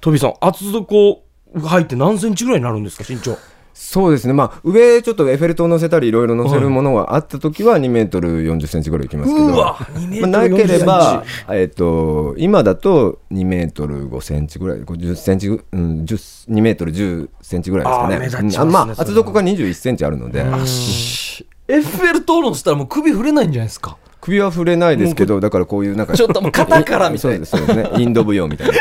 [SPEAKER 4] トビさん、厚底が入って何センチぐらいになるんですか、身長。
[SPEAKER 2] そうですね。まあ上ちょっとエッフェル塔乗せたりいろいろ乗せるものがあった時は2メートル40センチぐらいいきますけど。
[SPEAKER 4] 2メ
[SPEAKER 2] まあなければ、えっと、今だと2メートル5センチぐらい、50センチぐ、うん、10 2メートル10センチぐらいですかね。
[SPEAKER 4] あー目立ちますね
[SPEAKER 2] うんあまあ、
[SPEAKER 4] それは
[SPEAKER 2] 厚底が21センチあるので、
[SPEAKER 1] エッフェル塔のしたらもう首触れないんじゃないですか
[SPEAKER 2] 首は触れないですけど、だからこういうなんか、
[SPEAKER 1] ちょっともう肩からみたい
[SPEAKER 2] な。そうですそうですね。インド舞踊みたいな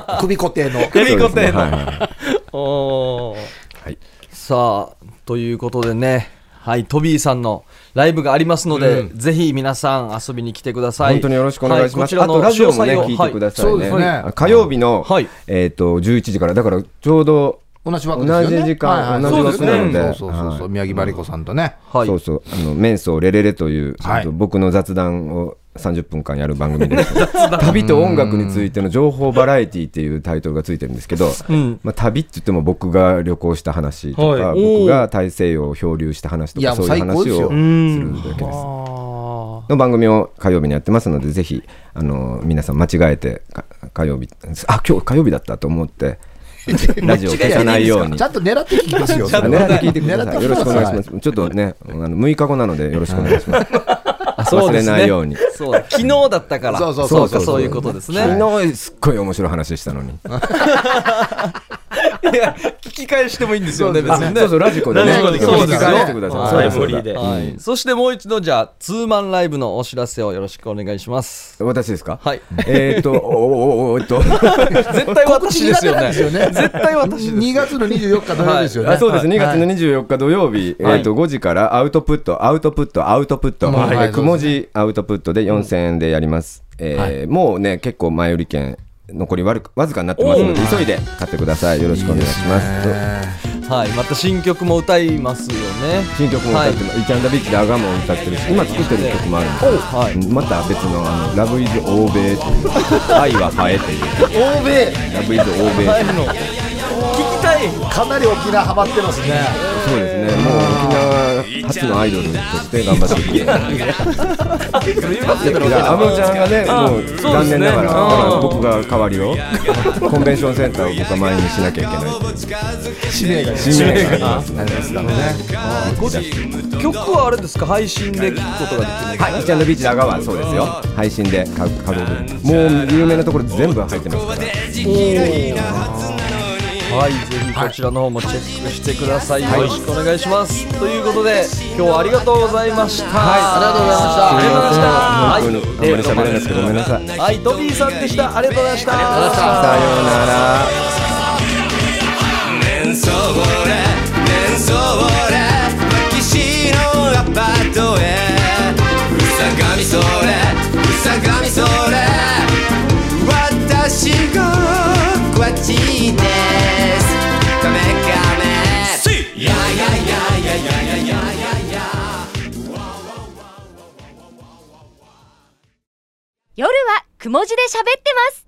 [SPEAKER 2] 感じで。
[SPEAKER 3] 首固定の。
[SPEAKER 1] 首固定の
[SPEAKER 2] そうですねはいはい
[SPEAKER 1] おー
[SPEAKER 2] はい
[SPEAKER 1] さあということでねはいトビーさんのライブがありますので、ぜひ皆さん遊びに来てください
[SPEAKER 2] 本当によろしくお願いします。
[SPEAKER 1] は
[SPEAKER 2] あとラジオもね、
[SPEAKER 1] 詳細
[SPEAKER 2] 聞
[SPEAKER 1] を
[SPEAKER 2] いてくださ
[SPEAKER 3] はいいそうで
[SPEAKER 2] ね。
[SPEAKER 3] すね
[SPEAKER 2] あ火曜日の、
[SPEAKER 1] はい
[SPEAKER 2] えっと、11時から、だからちょうど、
[SPEAKER 3] 同じ枠ですよ
[SPEAKER 2] 同
[SPEAKER 3] ね。
[SPEAKER 2] じ時間、
[SPEAKER 3] はいはい
[SPEAKER 2] 同じ枠なので、
[SPEAKER 3] そうそうそうそう
[SPEAKER 2] は
[SPEAKER 3] そ。
[SPEAKER 2] いう
[SPEAKER 3] 宮城まりこさんとね。
[SPEAKER 1] はい
[SPEAKER 2] そうそう、あの、メンソーレレレという、
[SPEAKER 3] はい
[SPEAKER 2] あと僕の雑談を30分間やる番 組です。旅と音楽についての情報バラエティっていうタイトルがついてるんですけど、
[SPEAKER 1] ん
[SPEAKER 2] まあ、旅って言っても僕が旅行した話とか、
[SPEAKER 4] はい
[SPEAKER 2] 僕が大西洋を漂流した話と
[SPEAKER 3] い
[SPEAKER 2] か、
[SPEAKER 3] や
[SPEAKER 2] そ
[SPEAKER 3] も
[SPEAKER 2] う
[SPEAKER 3] う
[SPEAKER 2] いう
[SPEAKER 3] 最高
[SPEAKER 2] 話
[SPEAKER 3] です
[SPEAKER 2] を
[SPEAKER 3] よ
[SPEAKER 2] するだけです。の番組を火曜日にやってますので、ぜひ、あの、皆さん間違えて、か火曜日、あ、今日火曜日だったと思って、ラジオを消さないように
[SPEAKER 3] ち。ゃんと狙って聞きます よ。
[SPEAKER 2] あ狙って聞いてください。よろしくお願いし
[SPEAKER 3] は
[SPEAKER 2] ます。ちょっとね、あの6日後なのでよろしくお願いします。
[SPEAKER 1] そう
[SPEAKER 2] 忘
[SPEAKER 1] で
[SPEAKER 2] れ
[SPEAKER 1] すね
[SPEAKER 2] ないように。
[SPEAKER 1] そうだ昨日だったから
[SPEAKER 3] そうそうそう
[SPEAKER 1] かそういうことですね
[SPEAKER 2] 昨日すっごい面白い話したのに。
[SPEAKER 1] いや聞き返してもいいんですよね別
[SPEAKER 2] あ
[SPEAKER 1] にね
[SPEAKER 2] そうそうラジコでね。
[SPEAKER 4] ラジコで
[SPEAKER 2] 聞
[SPEAKER 4] そう
[SPEAKER 2] き
[SPEAKER 4] ですね
[SPEAKER 2] 返してください。
[SPEAKER 4] はい
[SPEAKER 2] そ
[SPEAKER 4] 無
[SPEAKER 2] うだ
[SPEAKER 4] 理で
[SPEAKER 1] はいそしてもう一度じゃあツーマンライブのお知らせをよろしくお願いします
[SPEAKER 2] 私ですか。
[SPEAKER 1] はい
[SPEAKER 2] えっと、おおおおえっと。
[SPEAKER 1] 絶対私ですよね
[SPEAKER 3] 告知苦手なんですよね
[SPEAKER 1] 絶対私です
[SPEAKER 3] 2月の24日土曜日ですよね。
[SPEAKER 2] あそうです、2月の
[SPEAKER 3] はい
[SPEAKER 2] 24日土曜日、
[SPEAKER 1] はい
[SPEAKER 2] えー、と5時からアウトプット、アウトプット、アウトプット、
[SPEAKER 3] はい
[SPEAKER 2] え
[SPEAKER 3] はい
[SPEAKER 2] ーくもじアウトプットで4000円でやります、えーもうね、結構前売り券残りわるわずかになってますので
[SPEAKER 4] おー
[SPEAKER 2] 急いで買ってくださいよろしくお願いします
[SPEAKER 1] はい、また新曲も歌いますよね。
[SPEAKER 2] 新曲も歌ってます「イチャンダビーチ」で「アガモン」歌ってるし今作ってる曲もあるんですよ
[SPEAKER 1] はい
[SPEAKER 2] また別のあの「ラブイズ欧米」っていう「愛はハエ」っていう
[SPEAKER 3] 欧米
[SPEAKER 2] 「ラブイズ欧米」
[SPEAKER 1] 帰るの。聞きたい。
[SPEAKER 3] かなり沖縄ハマってますね
[SPEAKER 2] そうですねもう沖縄初のアイドルとして頑張っていきたいいや安室ちゃんがね、もう
[SPEAKER 4] そうで
[SPEAKER 2] 残
[SPEAKER 4] すね
[SPEAKER 2] 念ながら、だ
[SPEAKER 4] うん
[SPEAKER 2] から僕が代わりを、コンベンションセンターを僕は前にしなきゃいけないっていう
[SPEAKER 3] 使命が
[SPEAKER 2] 使命がありますね。
[SPEAKER 1] 曲はあれですか、配信で聞くことができる。
[SPEAKER 2] はい、イチャンドビーチ長はそうですよ。配信で買う買うこともう有名なところ全部入ってますから。
[SPEAKER 1] はい、ぜひこちらの方もチェックしてください。よろしくお願いします。ということで、今日はありがとうございました。はい、ありがとうございました。ありがとうございました。
[SPEAKER 2] もうこういうのあんま
[SPEAKER 1] は
[SPEAKER 2] り喋れなくてごめんなさい。さ
[SPEAKER 1] い、トビーさんでした。ありがとうございました。ありがとうございました。
[SPEAKER 2] ようなら。
[SPEAKER 6] メンソーラメンソーラ岸のアパートへうさがみそれうさがみそれ私がこっちですカメカメややややややややや
[SPEAKER 5] 夜はくも字で喋ってます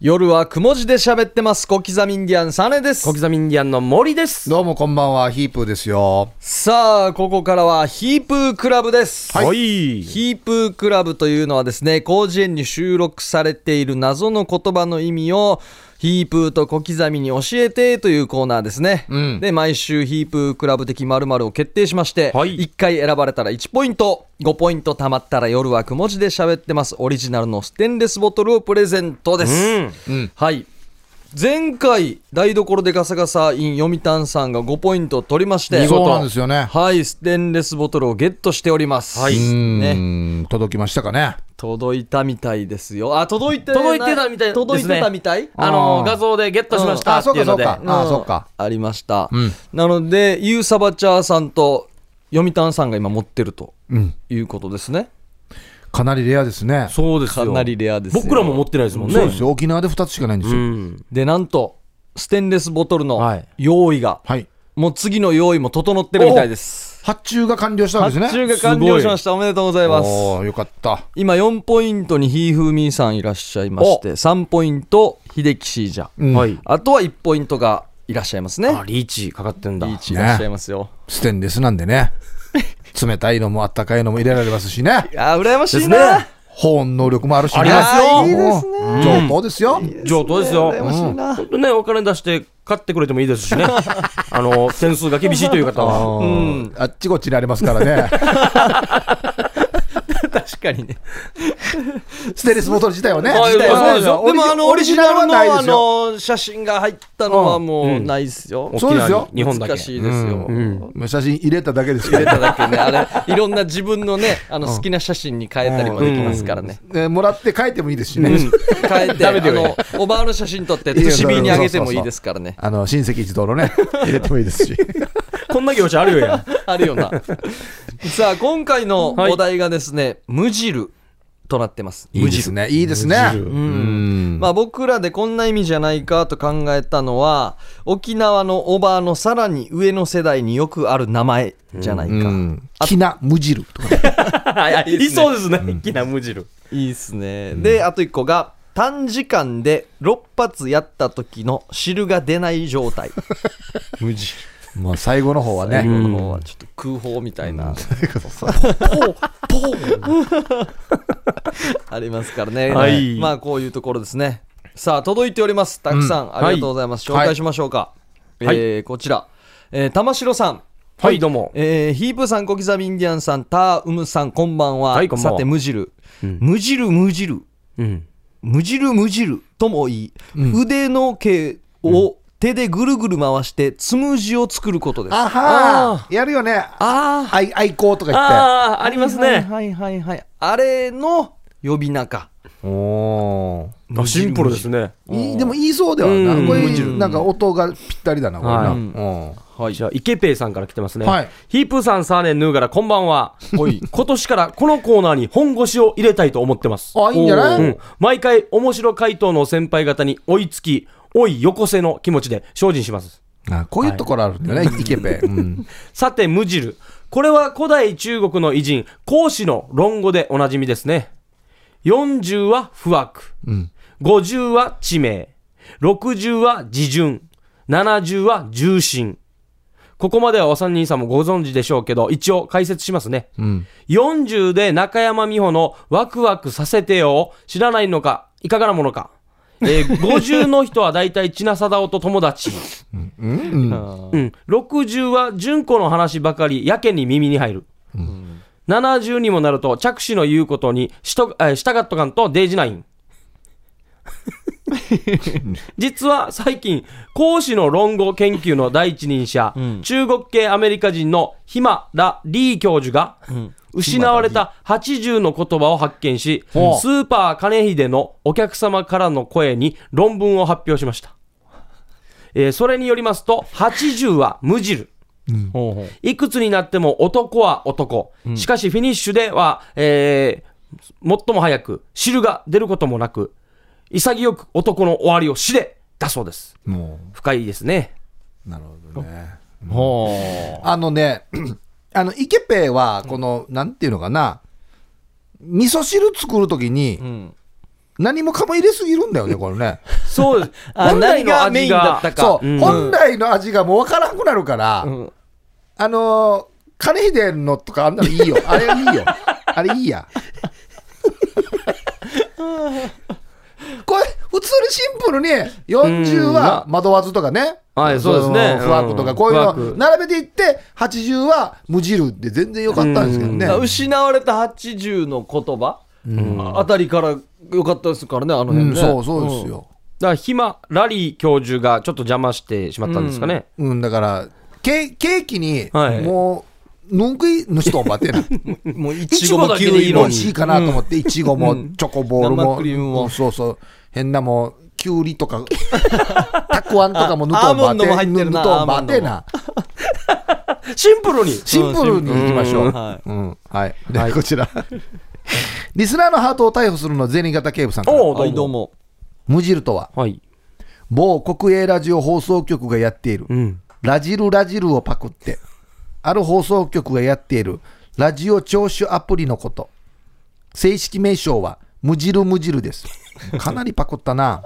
[SPEAKER 1] 夜はくも字で喋ってます。小刻みインディアンサネです
[SPEAKER 4] 小。刻みインディアンの森です。
[SPEAKER 3] どうもこんばんはヒープーですよ
[SPEAKER 1] さあ、ここからはヒープークラブです。
[SPEAKER 4] い
[SPEAKER 1] ヒープークラブというのはですね、広辞苑に収録されている謎の言葉の意味を、ヒープーと小刻みに教えてというコーナーですね。
[SPEAKER 3] ん
[SPEAKER 1] で、毎週ヒープークラブ的〇〇を決定しまして、
[SPEAKER 4] はい
[SPEAKER 1] 1回選ばれたら1ポイント、5ポイント貯まったら夜はくも字で喋ってます。オリジナルのステンレスボトルをプレゼントです。はい。前回、台所でガサガサイン読谷さんが5ポイントを取りまして、
[SPEAKER 3] そうなんですよね
[SPEAKER 1] はい、ステンレスボトルをゲットしております。
[SPEAKER 4] はいう
[SPEAKER 3] ー
[SPEAKER 1] ね、
[SPEAKER 3] ん届きましたかね
[SPEAKER 1] 届いたみたいですよ。あ、届いてな
[SPEAKER 4] 届いてたみたいですね
[SPEAKER 1] 届いてたみたい
[SPEAKER 4] あの、画像でゲットしましたっ
[SPEAKER 3] あ
[SPEAKER 4] て
[SPEAKER 3] そう
[SPEAKER 4] いう
[SPEAKER 3] か
[SPEAKER 4] の
[SPEAKER 3] そう
[SPEAKER 4] で。
[SPEAKER 3] かあそうか
[SPEAKER 1] ありました。
[SPEAKER 3] ん
[SPEAKER 1] なので、ゆうさばちゃーさんと読谷さんが今持ってると
[SPEAKER 3] うん
[SPEAKER 1] いうことですね。
[SPEAKER 3] かなりレアですね
[SPEAKER 4] そうですよ。
[SPEAKER 1] かなりレアですよ
[SPEAKER 4] 僕らも持ってないですもんね。
[SPEAKER 3] そうですよ沖縄で2つしかないんです
[SPEAKER 4] う
[SPEAKER 3] よ
[SPEAKER 4] ん。
[SPEAKER 1] で、なんと、ステンレスボトルの
[SPEAKER 4] はい
[SPEAKER 1] 用意が、
[SPEAKER 3] はい
[SPEAKER 1] もう次の用意も整ってるみたいです。
[SPEAKER 3] 発注が完了したんで
[SPEAKER 1] 発
[SPEAKER 3] す
[SPEAKER 1] 注
[SPEAKER 3] ね
[SPEAKER 1] が完了しました。おめでとうございます。
[SPEAKER 3] おーよかった
[SPEAKER 1] 今4ポイントにひーふーみーさんいらっしゃいまして3ポイント秀樹シージャ
[SPEAKER 3] ん
[SPEAKER 4] はい。
[SPEAKER 1] あとは1ポイントがいらっしゃいますね
[SPEAKER 4] あ、リーチかかってんだ
[SPEAKER 1] リ。ーチいらっしゃいますよ、
[SPEAKER 3] ステンレスなんでね冷たいのもあったかいのも入れられますしね
[SPEAKER 1] ああ羨ましい
[SPEAKER 4] です
[SPEAKER 1] な、
[SPEAKER 4] ね
[SPEAKER 3] 保温能力もあるしね
[SPEAKER 4] ありますよ
[SPEAKER 3] あーいいですね
[SPEAKER 4] うん
[SPEAKER 3] 上等ですよ
[SPEAKER 4] 上等ですよ。
[SPEAKER 1] 羨ましいな、
[SPEAKER 4] 本当ね、お金出して買ってくれてもいいです しね。あの、点数が厳しいという方は。
[SPEAKER 3] うんあっちこっちにありますからね
[SPEAKER 1] 確かにね
[SPEAKER 3] ステンレスボトル自体はね
[SPEAKER 4] はい
[SPEAKER 3] 自体は
[SPEAKER 4] そうですよ
[SPEAKER 1] でもあのオリジナルの
[SPEAKER 3] オリジナルはない
[SPEAKER 1] あ
[SPEAKER 3] ですよ
[SPEAKER 1] の写真が入ったのはもうないですよ、
[SPEAKER 4] 沖
[SPEAKER 3] そうですよ
[SPEAKER 4] 縄に日本だけ。
[SPEAKER 1] 難しいですよ、
[SPEAKER 3] もう写真入れただけですけ
[SPEAKER 1] 入れた
[SPEAKER 3] ど
[SPEAKER 1] だけねあれいろんな自分のねあの好きな写真に変えたりもできますからね、
[SPEAKER 3] えーもらって書いてもいいですしね
[SPEAKER 1] 変えてあのおばあの写真撮って寿司瓶にあげてもいいですからね
[SPEAKER 3] あの親戚一同のね入れてもいいですし
[SPEAKER 4] こんな業者あるよ や。
[SPEAKER 1] あるよ な。さあ、今回のお題がですね、無汁となってます。
[SPEAKER 3] いいですねいいですねうん
[SPEAKER 1] まあ僕らでこんな意味じゃないかと考えたのは、沖縄のおばあのさらに上の世代によくある名前じゃないか。
[SPEAKER 3] うんきな無汁とかね
[SPEAKER 4] いいそうですね。きな無汁。
[SPEAKER 1] いいっすね。で、あと一個が、短時間で6発やった時の汁が出ない状態。無汁。
[SPEAKER 3] もう最後の方は
[SPEAKER 1] ね、
[SPEAKER 3] ね
[SPEAKER 1] このはちょっと空砲みたいな、ありますからね、
[SPEAKER 4] はい
[SPEAKER 1] まあこういうところですねさあ届いておりますたくさん、ありがとうございます、
[SPEAKER 3] はい
[SPEAKER 1] 紹介しましょうか、
[SPEAKER 4] はい
[SPEAKER 1] えーこちら、えー、玉城さん
[SPEAKER 4] はい、どうも。
[SPEAKER 1] えーヒープさん、小刻みインディアンさん、ターウムさん、こんばんは。
[SPEAKER 4] はいこんばんは
[SPEAKER 1] さて、無汁、無汁、無汁、
[SPEAKER 4] うん。
[SPEAKER 1] 無汁無汁とも言い、腕の毛を手でぐるぐる回して、つむじを作ることです。
[SPEAKER 3] あはーやるよね
[SPEAKER 1] あー
[SPEAKER 3] 愛愛好とか言って
[SPEAKER 4] ああ、ありますね。
[SPEAKER 1] はいはいはいはい。あれの呼び名か。
[SPEAKER 4] おー。あシンプルですね。
[SPEAKER 3] いいでも言いそうではな
[SPEAKER 4] う
[SPEAKER 3] い
[SPEAKER 4] ん
[SPEAKER 3] こ
[SPEAKER 4] 無
[SPEAKER 3] れ
[SPEAKER 4] 汁
[SPEAKER 3] なんか音がぴったりだなこれな
[SPEAKER 4] はい
[SPEAKER 3] うん
[SPEAKER 1] はい。
[SPEAKER 4] じゃあ、イケペイさんから来てますね。
[SPEAKER 3] はい
[SPEAKER 4] ヒープーさん、サーネン、ヌーガラ、こんばんは。
[SPEAKER 1] ほい。
[SPEAKER 4] 今年からこのコーナーに本腰を入れたいと思ってます。
[SPEAKER 3] あいいんじゃない
[SPEAKER 4] うん毎回、面白回答の先輩方に追いつき、追いよこせの気持ちで精進します。
[SPEAKER 3] あこういうところあるんだよねイケペうん
[SPEAKER 4] さて、無汁。これは古代中国の偉人、孔子の論語でおなじみですね。40は不惑。50は地名。60は自順。70は重心。ここまではお三人さんもご存知でしょうけど、一応解説しますね。40で中山美穂のワクワクさせてよを知らないのか、いかがなものか。えー50の人は大体千奈貞夫と友達。うん、60は純子の話ばかりやけに耳に入る、70にもなると着手の言うことにしと、えー従っとかんとデイジナイン実は最近講師の論語研究の第一人者、中国系アメリカ人のヒマラ・リー教授が、失われた80の言葉を発見し、スーパー金秀のお客様からの声に論文を発表しましたえーそれによりますと、80は無汁。
[SPEAKER 1] ほうほう
[SPEAKER 4] いくつになっても男は男。しかしフィニッシュでは、えー最も早く汁が出ることもなく、潔く男の終わりを死でだそうです。
[SPEAKER 3] も
[SPEAKER 4] 深いですね。
[SPEAKER 3] うなるほどね
[SPEAKER 1] ほ
[SPEAKER 3] あのね、 あの、イケペは、この、なんていうのかな、味噌汁作るとき
[SPEAKER 1] う。う
[SPEAKER 3] に、
[SPEAKER 1] ん。
[SPEAKER 3] 何もかも入れすぎるんだよね、これね。
[SPEAKER 4] そうです。
[SPEAKER 1] あ
[SPEAKER 4] 本来の
[SPEAKER 1] 何がメイ
[SPEAKER 4] 味
[SPEAKER 1] ンだ
[SPEAKER 4] が
[SPEAKER 1] っ。たか
[SPEAKER 3] そう、
[SPEAKER 4] うん
[SPEAKER 3] 本来の味がもう分からんくなるから、
[SPEAKER 1] ん
[SPEAKER 3] あのー、金秀のとかあんなの いいよ。あれいいよ。あれいいや。これ、普通にシンプルに、40は惑わずとかね。
[SPEAKER 4] はいそうですね
[SPEAKER 3] その不惑と
[SPEAKER 4] う
[SPEAKER 3] か、
[SPEAKER 4] ん
[SPEAKER 3] こういう
[SPEAKER 4] 不
[SPEAKER 3] の
[SPEAKER 4] 惑
[SPEAKER 3] 並べていって、80は無汁で全然良かったんですけどね。
[SPEAKER 1] だから失われた80の言葉あたりから良かったですからね、あの
[SPEAKER 3] う
[SPEAKER 1] 辺
[SPEAKER 3] ん、
[SPEAKER 1] ね。
[SPEAKER 3] そうそうですよ。
[SPEAKER 4] だからヒマラリー教授がちょっと邪魔してしまったんですかね。
[SPEAKER 3] うん、だから、ケケーキに、
[SPEAKER 4] はい
[SPEAKER 3] もう、ぬんくいの人を待 てな。
[SPEAKER 1] うん。もうい
[SPEAKER 4] い
[SPEAKER 1] ち
[SPEAKER 4] ち
[SPEAKER 1] ご
[SPEAKER 4] ご
[SPEAKER 1] も
[SPEAKER 4] だ
[SPEAKER 1] キ
[SPEAKER 4] け
[SPEAKER 1] ウ
[SPEAKER 4] でい
[SPEAKER 1] イ
[SPEAKER 4] い
[SPEAKER 1] も
[SPEAKER 4] の
[SPEAKER 3] 美味
[SPEAKER 4] に
[SPEAKER 3] しいかなと思って、いちごも、チョコボールも、
[SPEAKER 1] 生クリームも
[SPEAKER 3] うんそうそう、変なもん、きゅうり とか、たくあんとかもぬと
[SPEAKER 1] あア
[SPEAKER 3] を
[SPEAKER 1] ーモン
[SPEAKER 3] 待
[SPEAKER 1] ドも
[SPEAKER 3] て、
[SPEAKER 1] 入って
[SPEAKER 3] ぬ
[SPEAKER 1] る
[SPEAKER 3] ぬ
[SPEAKER 1] な
[SPEAKER 3] とを待てな。
[SPEAKER 4] シンプルに。
[SPEAKER 3] シンプルにいきましょう。
[SPEAKER 1] う
[SPEAKER 3] うん
[SPEAKER 1] はい
[SPEAKER 3] ん。はい。で、こち ら。リスナーのハートを逮捕するのは銭形警部さんから。
[SPEAKER 4] お
[SPEAKER 1] はい、
[SPEAKER 4] う
[SPEAKER 1] ど
[SPEAKER 4] ど
[SPEAKER 1] う
[SPEAKER 4] うも。
[SPEAKER 1] も。
[SPEAKER 3] 無汁とは、
[SPEAKER 4] はい。
[SPEAKER 3] 某国営ラジオ放送局がやっている、
[SPEAKER 4] うん。
[SPEAKER 3] ラジルラジルをパクって、ある放送局がやっているラジオ聴取アプリのこと。正式名称は、無汁無汁です。かなりパクったな。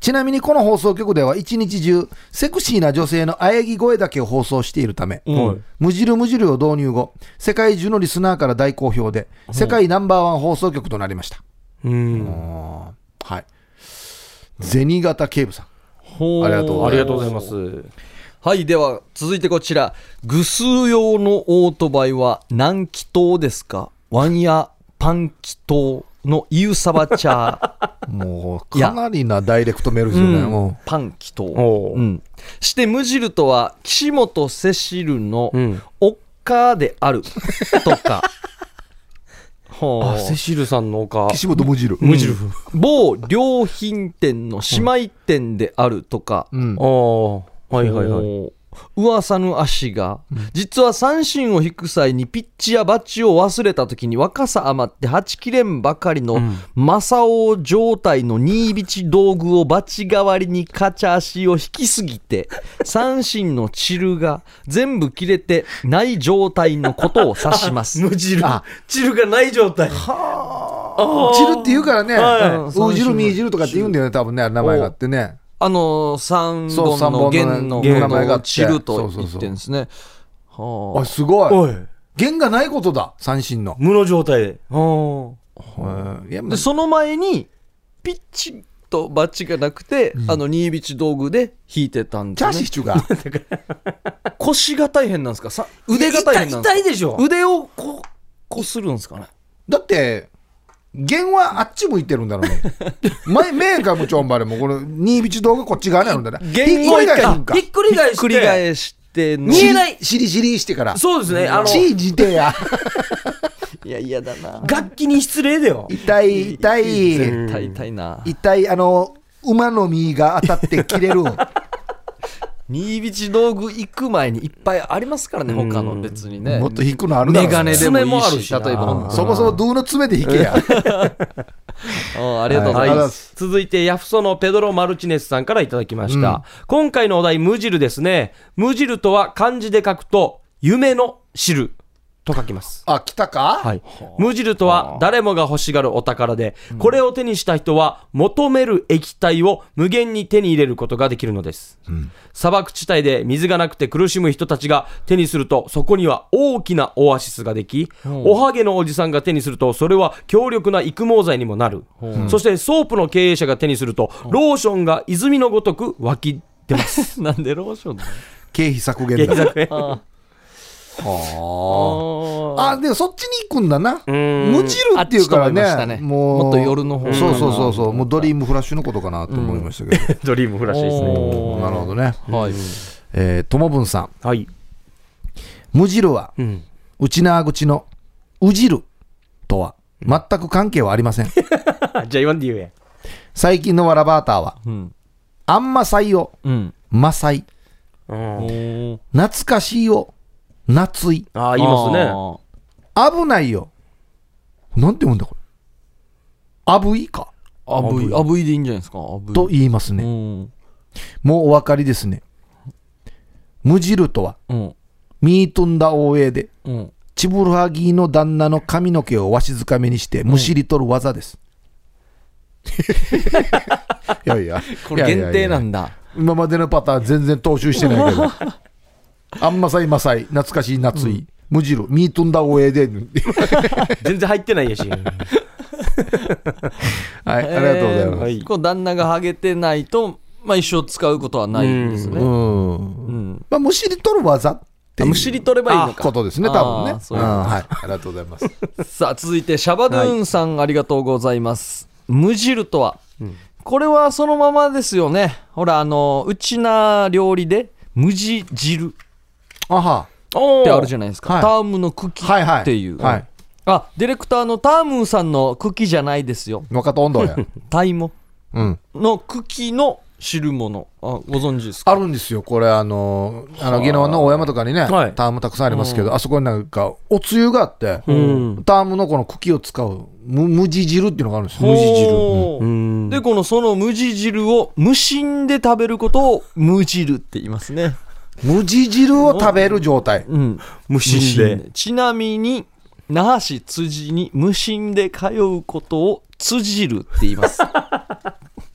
[SPEAKER 3] ちなみにこの放送局では一日中、セクシーな女性のあやぎ声だけを放送しているため、
[SPEAKER 4] はい
[SPEAKER 3] 無汁無汁を導入後、世界中のリスナーから大好評で、世界ナンバーワン放送局となりました。
[SPEAKER 4] うん。
[SPEAKER 3] はい。銭形警部さん。
[SPEAKER 1] ほ
[SPEAKER 3] ありがとうございます
[SPEAKER 4] ありがとうございます。
[SPEAKER 1] はい、では続いてこちら。偶数用のオートバイは何気筒ですかワンやパン気筒のイウサバチャー。
[SPEAKER 3] もう、かなりなダイレクトメールですよね。 もう
[SPEAKER 1] パン気筒。
[SPEAKER 4] おう
[SPEAKER 1] うん。して無汁とは岸本セシルの
[SPEAKER 4] うん
[SPEAKER 1] おっかであ るとか。ほう
[SPEAKER 4] あ、セシルさんのおか。
[SPEAKER 3] 岸本無汁。
[SPEAKER 4] 無汁。
[SPEAKER 1] 某良品店の姉妹店であるとか、
[SPEAKER 3] うん
[SPEAKER 4] ああ、はいはいはい。
[SPEAKER 1] もう噂の足が、実は三振を引く際にピッチやバッチを忘れた時に若さ余ってはちきれんばかりの正雄状態のニービチ道具をバチ代わりにカチャ足を引きすぎて三振のチルが全部切れてない状態のことを指します。
[SPEAKER 4] 無汁
[SPEAKER 3] あ。
[SPEAKER 4] 汁がない状態。はあ。
[SPEAKER 3] 汁って言うからね、
[SPEAKER 4] はい
[SPEAKER 3] うんう汁、み汁とかって言うんだよね、多分ね、あれ名前があってね。
[SPEAKER 1] あの三
[SPEAKER 3] そう
[SPEAKER 1] 本
[SPEAKER 3] 三
[SPEAKER 1] の
[SPEAKER 3] 本のね
[SPEAKER 1] 弦の
[SPEAKER 3] 弦の名前があって
[SPEAKER 1] チル
[SPEAKER 3] そ
[SPEAKER 1] と
[SPEAKER 3] うそ
[SPEAKER 1] 言
[SPEAKER 3] う
[SPEAKER 1] っ
[SPEAKER 3] そう
[SPEAKER 1] てんですね。は
[SPEAKER 3] あ、
[SPEAKER 1] あ
[SPEAKER 3] すご
[SPEAKER 4] お
[SPEAKER 3] い。
[SPEAKER 4] い。
[SPEAKER 3] 弦がないことだ、三振の。
[SPEAKER 4] 無の状態で。あ
[SPEAKER 3] いやま
[SPEAKER 1] でその前にピッチとバッチがなくて、あのニービチ道具で弾いてたんで
[SPEAKER 3] チャーシ
[SPEAKER 1] す、
[SPEAKER 3] ー
[SPEAKER 1] ね
[SPEAKER 3] シ、チューが。
[SPEAKER 1] 腰が大変なんですかさ腕が大変なんです
[SPEAKER 4] 痛
[SPEAKER 1] か
[SPEAKER 4] いでしょ。
[SPEAKER 1] 腕をこうこするんですかね
[SPEAKER 3] だって、弦はあっち向いてるんだろうね。前、面がむちょんばれも、この、ニービチ道具こっち側なんだね。
[SPEAKER 1] 弦を一回
[SPEAKER 3] ひっくり返すんか
[SPEAKER 4] ひっくり返して。
[SPEAKER 1] 繰り返しての
[SPEAKER 4] 見えない
[SPEAKER 3] しりしりしてから。
[SPEAKER 4] そうですね。あの、
[SPEAKER 3] チージでや。
[SPEAKER 1] いや、嫌だな。
[SPEAKER 4] 楽器に失礼だよ。
[SPEAKER 3] 痛い、痛い、
[SPEAKER 1] 絶対痛いな。
[SPEAKER 3] 痛い、あの、馬の身が当たって切れる。
[SPEAKER 1] 新道道具行く前にいっぱいありますからね、他の別にね
[SPEAKER 3] もっ。と引くのあるだろ
[SPEAKER 1] メ
[SPEAKER 3] う
[SPEAKER 1] ガネでもい
[SPEAKER 4] 爪もあ
[SPEAKER 1] い
[SPEAKER 4] る
[SPEAKER 1] し、
[SPEAKER 4] し
[SPEAKER 1] 例
[SPEAKER 4] な
[SPEAKER 1] えば本当に。
[SPEAKER 3] そもそもどうの爪で引けや。
[SPEAKER 1] うんありがとうござい
[SPEAKER 3] は
[SPEAKER 1] ま
[SPEAKER 3] い
[SPEAKER 1] す。
[SPEAKER 4] 続いて、ヤフソのペドロ・マルチネスさんからいただきました。今回のお題、無汁ですね。無汁とは漢字で書くと、夢の汁と書きます。
[SPEAKER 3] あ、来たか
[SPEAKER 4] はい。無汁とは誰もが欲しがるお宝で、これを手にした人は求める液体を無限に手に入れることができるのです。砂漠地帯で水がなくて苦しむ人たちが手にすると、そこには大きなオアシスができ、おはげのおじさんが手にすると、それは強力な育毛剤にもなる。そしてソープの経営者が手にすると、ローションが泉のごとく湧き出ます。
[SPEAKER 1] なんでローションだ
[SPEAKER 3] 経費削減
[SPEAKER 4] 劇
[SPEAKER 3] だ。
[SPEAKER 4] 作
[SPEAKER 3] あ、でもそっちに行くんだな。
[SPEAKER 4] ん
[SPEAKER 3] 無汁っていうから
[SPEAKER 1] あっちと思いましたね
[SPEAKER 3] ね。もう。
[SPEAKER 1] もっと夜の方
[SPEAKER 3] そうそうそうそう。もうドリームフラッシュのことかなと思いましたけ
[SPEAKER 4] ドリームフラッシュですね。
[SPEAKER 3] ど。なるほどね。
[SPEAKER 1] はい。
[SPEAKER 3] えー、ともぶんさん。
[SPEAKER 4] はい。
[SPEAKER 3] 無汁は、
[SPEAKER 4] うん。
[SPEAKER 3] うちなーぐちの、うじるとは、全く関係はありません。
[SPEAKER 4] じゃあ言わんで言え。
[SPEAKER 3] 最近のわらバーターは、
[SPEAKER 1] うん。
[SPEAKER 3] あんまさいを、
[SPEAKER 1] うん。
[SPEAKER 3] まさい。
[SPEAKER 4] うん
[SPEAKER 1] お
[SPEAKER 3] 懐かしいを、夏い。
[SPEAKER 4] ああ、言いますね。
[SPEAKER 3] 危ないよ。なんて読むんだこれ。あぶいか。
[SPEAKER 1] あぶい、あぶいでいいんじゃないですか。あぶい。
[SPEAKER 3] と言います
[SPEAKER 1] う
[SPEAKER 3] ね。
[SPEAKER 1] ん。
[SPEAKER 3] もうお分かりですね。無汁とは、
[SPEAKER 1] うん。
[SPEAKER 3] ミートンダ応援で、
[SPEAKER 1] うん。
[SPEAKER 3] チブルハギーの旦那の髪の毛をわしづかみにして、むしり取る技です。 いやいや、
[SPEAKER 1] これ限定なんんだ。
[SPEAKER 3] 今までのパターン全然踏襲してないけ ど。あんまさいまさい、懐かしい夏い、無汁、ミートンダ応援で。
[SPEAKER 4] 全然入ってないやし。
[SPEAKER 3] はい、ありがとうございます。
[SPEAKER 1] えーこう旦那がハゲてないと、まあ一生使うことはないんですね。
[SPEAKER 3] うん。
[SPEAKER 1] うん。
[SPEAKER 3] まあ、むしり取る技って
[SPEAKER 1] あ
[SPEAKER 3] いう
[SPEAKER 1] むしり取ればいいの
[SPEAKER 3] こ
[SPEAKER 1] か。
[SPEAKER 3] とですね、
[SPEAKER 1] あ
[SPEAKER 3] 多
[SPEAKER 1] ー
[SPEAKER 3] 分ね。
[SPEAKER 1] そううい
[SPEAKER 3] ん
[SPEAKER 1] うこと
[SPEAKER 3] はい、ありがとうございます。
[SPEAKER 1] さあ続いてシャバドゥーンさん、ありがとうございます。無汁とは、これはそのままですよね。ほらあのうちな料理で無地汁っ
[SPEAKER 3] あは、
[SPEAKER 4] お
[SPEAKER 1] てあるじ
[SPEAKER 4] ゃ
[SPEAKER 1] ゃないですか。
[SPEAKER 3] はい
[SPEAKER 1] タームの茎
[SPEAKER 3] はいはい。
[SPEAKER 1] っていう。
[SPEAKER 3] はい。
[SPEAKER 1] あディレクターのタームーさんの茎じゃないですよ。
[SPEAKER 3] 若田温 度や。
[SPEAKER 1] タイモ
[SPEAKER 3] うん。
[SPEAKER 1] の茎の汁物。あご存知ですか。
[SPEAKER 3] あるんですよ、これ、あの、あの、宜野湾の大山とかにね、タ
[SPEAKER 4] はい
[SPEAKER 3] ームたくさんありますけど、あそこになんか、おつゆがあって、
[SPEAKER 4] ん
[SPEAKER 3] タームのこの茎を使う、む無地汁っていうのがあるんですよ。
[SPEAKER 1] ほう
[SPEAKER 4] うん。
[SPEAKER 1] でこのその無地汁を無心で食べることを無汁って言いますね。
[SPEAKER 3] 無地汁を食べる状態。
[SPEAKER 1] うん。
[SPEAKER 4] 無心で。
[SPEAKER 1] ちなみに那覇市辻に無心で通うことを辻るって言います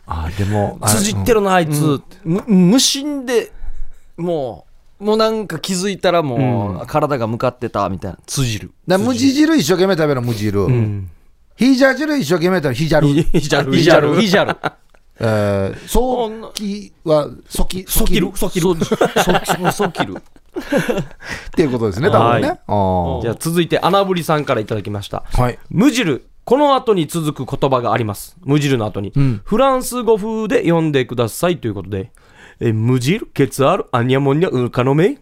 [SPEAKER 3] あ、でも、
[SPEAKER 4] 辻ってるな、あいつ。
[SPEAKER 1] む無心でもうもうなんか気づいたらもう体が向かってたみたいな辻る
[SPEAKER 3] だから無地汁一生懸命食べるの無汁。ヒジャ汁一生懸命食べるヒジャル。
[SPEAKER 4] いじゃる、
[SPEAKER 1] い
[SPEAKER 4] いじ
[SPEAKER 1] じ
[SPEAKER 4] ゃ
[SPEAKER 1] ゃる
[SPEAKER 4] る。
[SPEAKER 1] いじゃる
[SPEAKER 3] えー、早期は、そき、そきる。
[SPEAKER 1] そきるそそきる
[SPEAKER 3] っていうことですね、多分ね。
[SPEAKER 4] はい
[SPEAKER 3] あー
[SPEAKER 4] じゃあ続いて、穴ぶりさんからいただきました。
[SPEAKER 3] はい。
[SPEAKER 4] 無汁。この後に続く言葉があります。無汁の後に。フランス語風で読んでくださいということで。え、無汁、ケツある、アニャモニャ、ウルカノメ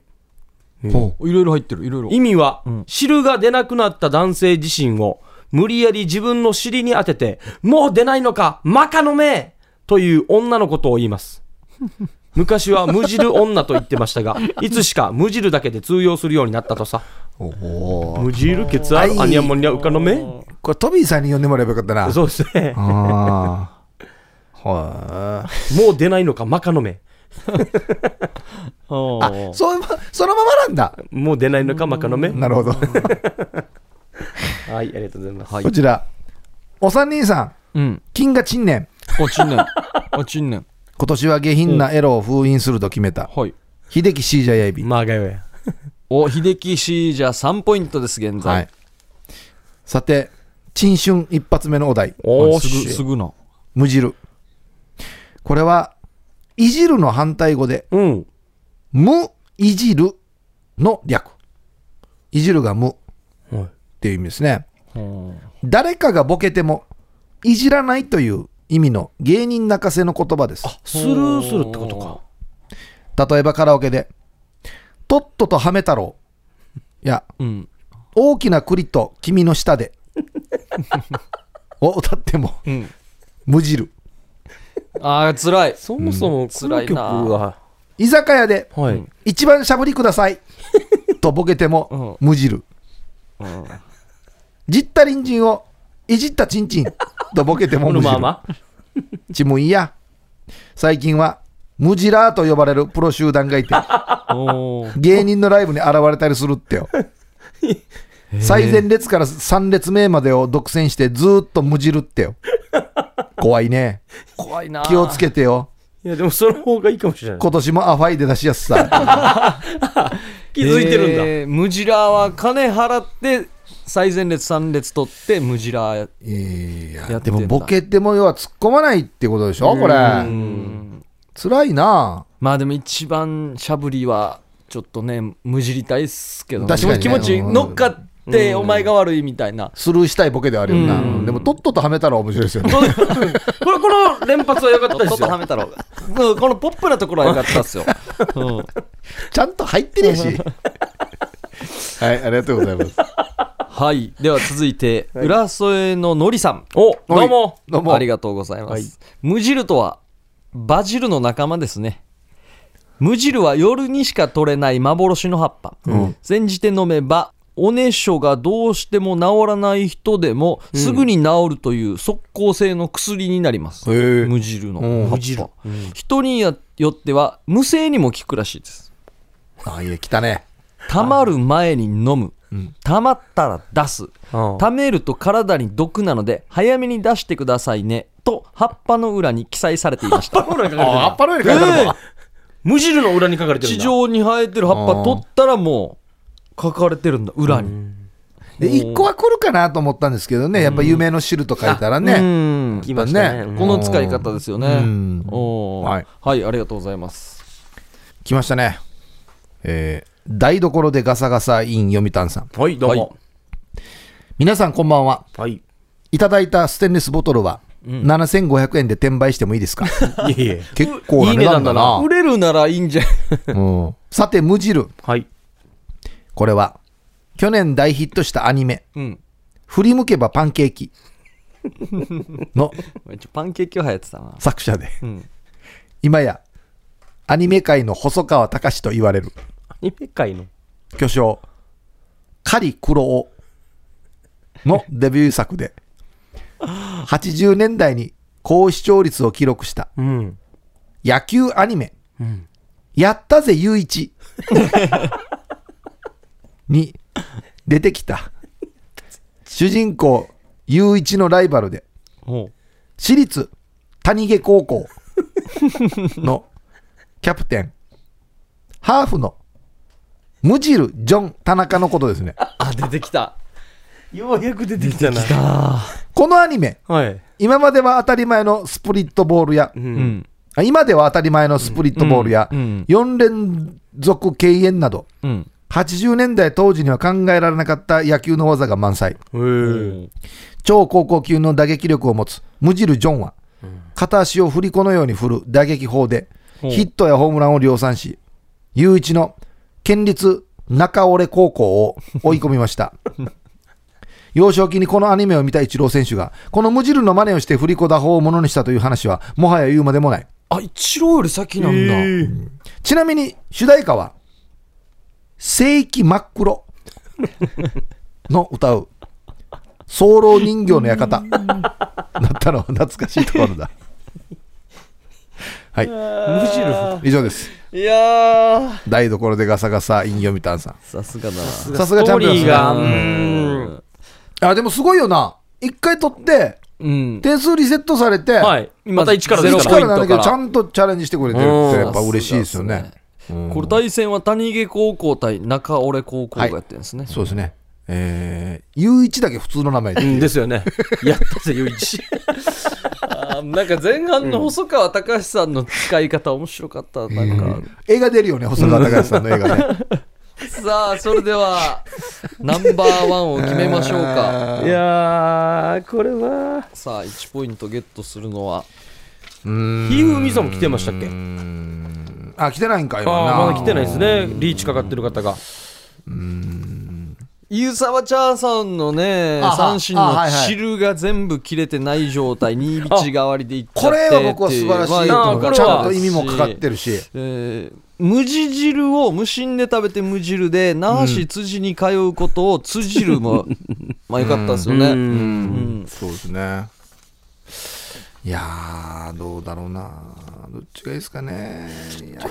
[SPEAKER 1] いろいろ入ってるいろいろ
[SPEAKER 4] 意味は、汁が出なくなった男性自身を、無理やり自分の尻に当てて、もう出ないのか、マカの目という女のことを言います。 昔は無汁女と言ってましたが、いつしか無汁だけで通用するようになったとさ。
[SPEAKER 3] おおー。
[SPEAKER 4] 無汁、ケツあ
[SPEAKER 3] は
[SPEAKER 4] る、
[SPEAKER 3] い
[SPEAKER 4] アニャモニャ、ウカの目
[SPEAKER 3] これ、トビーさんに呼んでもらえばよかったな。
[SPEAKER 4] そうですね。
[SPEAKER 3] ああ。は
[SPEAKER 4] もう出ないのか、マカの目。
[SPEAKER 3] い。あ、そう、そのままなんだ。
[SPEAKER 4] もう出ないのか、マカの目。はい、
[SPEAKER 3] なるほど。
[SPEAKER 4] ありがとうございます。
[SPEAKER 3] こちら。お三人さん、
[SPEAKER 1] うん
[SPEAKER 3] 金が陳年。
[SPEAKER 1] 落ちんねん落ちんねん
[SPEAKER 3] 今年は下品なエロを封印すると決めた。
[SPEAKER 1] はい
[SPEAKER 3] 秀樹シージャヤイビ。
[SPEAKER 4] まあがよや。
[SPEAKER 1] お秀樹氏じゃ3ポイントです現
[SPEAKER 3] は
[SPEAKER 1] 在
[SPEAKER 3] い。さて、陳春一発目のお題。
[SPEAKER 4] おー
[SPEAKER 1] すぐ
[SPEAKER 4] し
[SPEAKER 1] すぐな
[SPEAKER 3] 無汁。これは、いじるの反対語で、
[SPEAKER 4] うん。
[SPEAKER 3] 無いじるの略。いじるが無っていう意味ですね。誰かがボケても、いじらないという意味の芸人泣かせの言葉です。
[SPEAKER 4] スルーするってことか。
[SPEAKER 3] 例えばカラオケで、とっととはめ太郎。いや、
[SPEAKER 1] うん
[SPEAKER 3] 大きな栗と君の下で。を歌っても、無汁。
[SPEAKER 1] ああ、辛い。
[SPEAKER 4] そもそもこの曲
[SPEAKER 1] 辛い
[SPEAKER 4] は、
[SPEAKER 3] 居酒屋で、
[SPEAKER 4] はい。
[SPEAKER 3] 一番しゃぶりください。とボケても、無汁。じった隣人を、いじったちんちん。とボケても
[SPEAKER 4] こ
[SPEAKER 3] 無
[SPEAKER 4] のま
[SPEAKER 3] 汁。
[SPEAKER 4] ま。
[SPEAKER 3] ちむいや。最近は、ムジラーと呼ばれるプロ集団がいて、
[SPEAKER 1] おー
[SPEAKER 3] 芸人のライブに現れたりする ってよ。最前列から3列目までを独占してずーっとむじるってよ。怖いね。
[SPEAKER 1] 怖いな。
[SPEAKER 3] 気をつけてよ。
[SPEAKER 4] いや、でもその方がいいかもしれない。
[SPEAKER 3] 今年もアファイで出しや すさ。
[SPEAKER 4] 気づいてるんだ。
[SPEAKER 1] えームジラーは金払って、最前列3列取って、ムジラー
[SPEAKER 3] いや
[SPEAKER 1] やって
[SPEAKER 3] で
[SPEAKER 1] んだ
[SPEAKER 3] もボケても要は突っ込まないってことでしょこれ。辛いな
[SPEAKER 1] まあでも一番しゃぶりはちょっとねむじりたいっすけど、ね、
[SPEAKER 3] 確かにね
[SPEAKER 1] 気持ち乗っかってお前が悪いみたいな、
[SPEAKER 3] スルーしたいボケではあるよな。でもとっととはめたら面白いですよ ね。
[SPEAKER 4] これ、この連発は良かったで
[SPEAKER 1] ちょっ
[SPEAKER 4] す
[SPEAKER 1] とは
[SPEAKER 4] よ。
[SPEAKER 1] めたろうこのポップなところは良かったっすよ、うん
[SPEAKER 3] ちゃんと入ってね えし。はい、ありがとうございます。
[SPEAKER 1] はいでは続い て、浦添ののりさん
[SPEAKER 4] お、どうも。
[SPEAKER 3] どうも
[SPEAKER 1] ありがとうございます、無汁とはバジルの仲間ですね無汁は夜にしか取れない幻の葉っぱ、煎じて飲めばおねしょがどうしても治らない人でもすぐに治るという即効性の薬になります、
[SPEAKER 3] へえ
[SPEAKER 1] 無汁の葉っぱ、人によっては無性にも効くらしいです
[SPEAKER 3] ああ、いや、来たね。
[SPEAKER 1] 溜まる前に飲む溜まったら出す
[SPEAKER 4] うん
[SPEAKER 1] 溜めると体に毒なので早めに出してくださいねと葉っぱの裏に記載されていました
[SPEAKER 4] これ書かれてるん
[SPEAKER 3] あ、ア
[SPEAKER 4] だ
[SPEAKER 3] ッパロエル書いてあるわ
[SPEAKER 4] 無汁の裏に書かれてるん
[SPEAKER 1] 地
[SPEAKER 4] だ。
[SPEAKER 1] 上に生えてる葉っぱ取ったらもう書かれてるんだ裏に
[SPEAKER 3] で、1個は来るかなと思ったんですけどね。やっぱ夢の汁と書いたら
[SPEAKER 1] う
[SPEAKER 3] ね。
[SPEAKER 1] ん
[SPEAKER 4] 来ましたね。
[SPEAKER 3] ね
[SPEAKER 1] この使い方ですよ
[SPEAKER 3] う
[SPEAKER 1] ね
[SPEAKER 3] ん
[SPEAKER 1] おー
[SPEAKER 3] はい
[SPEAKER 1] はいありがとうございます
[SPEAKER 3] 来ましたね。えー、台所でガサガサイン読谷さん。
[SPEAKER 4] はい、どうも。
[SPEAKER 3] 皆さんこんばんは。
[SPEAKER 4] はい。
[SPEAKER 3] いただいたステンレスボトルは、7500円で転売してもいいですか
[SPEAKER 4] いえいえ。
[SPEAKER 3] 結構
[SPEAKER 4] い
[SPEAKER 3] ない値
[SPEAKER 4] 値
[SPEAKER 3] 段
[SPEAKER 4] 段だ
[SPEAKER 3] だ
[SPEAKER 4] な
[SPEAKER 3] な
[SPEAKER 1] 売。れるならいいん じゃ
[SPEAKER 3] うんさて、無汁。
[SPEAKER 4] はい。
[SPEAKER 3] これは、去年大ヒットしたアニメ、
[SPEAKER 1] うん
[SPEAKER 3] 振り向けばパンケーキの
[SPEAKER 1] 一応パンケーキは流行ってたな
[SPEAKER 3] 作者で、
[SPEAKER 1] ん
[SPEAKER 3] 今や、アニメ界の細川隆と言われる。
[SPEAKER 4] アニメ界の。
[SPEAKER 3] 巨匠、カリクロオのデビュー作で、80年代に高視聴率を記録した
[SPEAKER 4] うん。
[SPEAKER 3] 野球アニメ、やったぜ、ゆう いちに出てきた、主人公、ゆういちのライバルで、
[SPEAKER 1] おう
[SPEAKER 3] 私立谷毛高校のキャプテン、ハーフのムジル・ジョン・田中のことですね。
[SPEAKER 1] あ出てきた
[SPEAKER 4] ようやく出てきたな。
[SPEAKER 3] このアニメ、
[SPEAKER 4] はい。
[SPEAKER 3] 今までは当たり前のスプリットボールや、
[SPEAKER 1] うん
[SPEAKER 3] あ今では当たり前のスプリットボールや、
[SPEAKER 1] うんうん
[SPEAKER 3] 4連続敬遠など、
[SPEAKER 1] うん
[SPEAKER 3] 80年代当時には考えられなかった野球の技が満載。
[SPEAKER 4] へー
[SPEAKER 3] 超高校級の打撃力を持つムジル・ジョンは、片足を振り子のように振る打撃法で、ヒ
[SPEAKER 1] ほう
[SPEAKER 3] ットやホームランを量産し、唯一の県立中折高校を追い込みました。幼少期にこのアニメを見たイチロー選手が、このムジルの真似をして振り子打法をものにしたという話は、もはや言うまでもない。
[SPEAKER 1] あ一郎より先なんだ
[SPEAKER 3] ちなみに主題歌は、世紀真っ黒の歌う、早漏人形の館だったのは懐かしいところだ。はい、
[SPEAKER 4] 無汁。
[SPEAKER 3] 以上です。
[SPEAKER 1] いやー
[SPEAKER 3] 台所でガサガサ、イン読谷さん。
[SPEAKER 1] さすがだな
[SPEAKER 3] さすがチャンピオンです
[SPEAKER 4] ストーリーがう
[SPEAKER 3] ね。
[SPEAKER 4] ん
[SPEAKER 3] あ、でもすごいよな。一回取って、
[SPEAKER 1] うん
[SPEAKER 3] 点数リセットされて、
[SPEAKER 4] はい。また一からです
[SPEAKER 1] 今
[SPEAKER 3] 一
[SPEAKER 4] か。
[SPEAKER 3] かららなんだけ
[SPEAKER 1] ゼロポイントから
[SPEAKER 3] ど、ちゃんとチャレンジしてくれてるって、やっぱ嬉しいですよ
[SPEAKER 1] さすが
[SPEAKER 3] ね
[SPEAKER 1] っ。すねこれ対戦は谷毛高校対中折高校がやってるんですね、
[SPEAKER 3] そうですね。えー、ゆういちだけ普通の名前で
[SPEAKER 4] う。んですよね。やったぜ、 ゆいち。
[SPEAKER 1] あーなんか前半の細川隆さんの使い方面白かったなんか、
[SPEAKER 3] 映画出るよね、細川隆さんの映画 ね。
[SPEAKER 1] さあそれではナンバーワンを決めましょうか
[SPEAKER 4] いやー、これは。
[SPEAKER 1] さあ1ポイントゲットするのは
[SPEAKER 4] ひふみさんも来てましたっけ
[SPEAKER 3] あ、来てないんか、今
[SPEAKER 4] あ
[SPEAKER 3] な。
[SPEAKER 4] あ、まだ来てないですね。リーチかかってる方が。
[SPEAKER 1] ゆうさわちゃーさんのね
[SPEAKER 3] あ、
[SPEAKER 1] 三振
[SPEAKER 3] あは
[SPEAKER 1] の
[SPEAKER 3] いはい
[SPEAKER 1] 汁が全部切れてない状態、にいびち代わりでいっちゃ
[SPEAKER 3] こ
[SPEAKER 1] ってってい
[SPEAKER 3] れ
[SPEAKER 1] う。
[SPEAKER 3] は僕は素晴らしいと思う
[SPEAKER 1] まあ
[SPEAKER 3] ちゃんと意味もかかってるし
[SPEAKER 1] えー無地汁を無心で食べて無汁で那覇市辻に通うことを辻汁も、 まあよかったですよね、うん
[SPEAKER 3] そうですねいやーどうだろうなどっちがいいですかねいや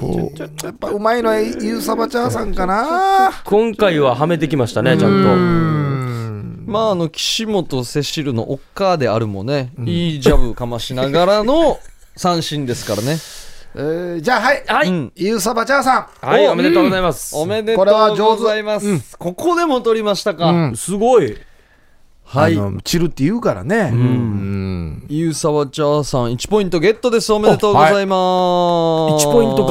[SPEAKER 3] やっぱうまいのはゆうさばちゃーさんかな
[SPEAKER 4] 今回ははめてきましたね、ちゃん
[SPEAKER 1] まああの岸本セシルのおっかーであるもね、いいジャブかましながらの 三振ですからね
[SPEAKER 3] えーじゃあはい、
[SPEAKER 4] と。は
[SPEAKER 1] う
[SPEAKER 4] い。
[SPEAKER 1] ん
[SPEAKER 3] ゆうさばちゃーさん
[SPEAKER 4] はい、おめでとうございます。
[SPEAKER 1] おめでと
[SPEAKER 3] こ
[SPEAKER 1] う
[SPEAKER 3] れは上手
[SPEAKER 1] ございます、ここでも取りましたか、
[SPEAKER 3] うん
[SPEAKER 4] すごい。
[SPEAKER 1] はい
[SPEAKER 3] あの散るって言うからね、
[SPEAKER 1] ゆうさわちゃーさん1ポイントゲットですおめでとうございます、
[SPEAKER 4] あはい一ポイント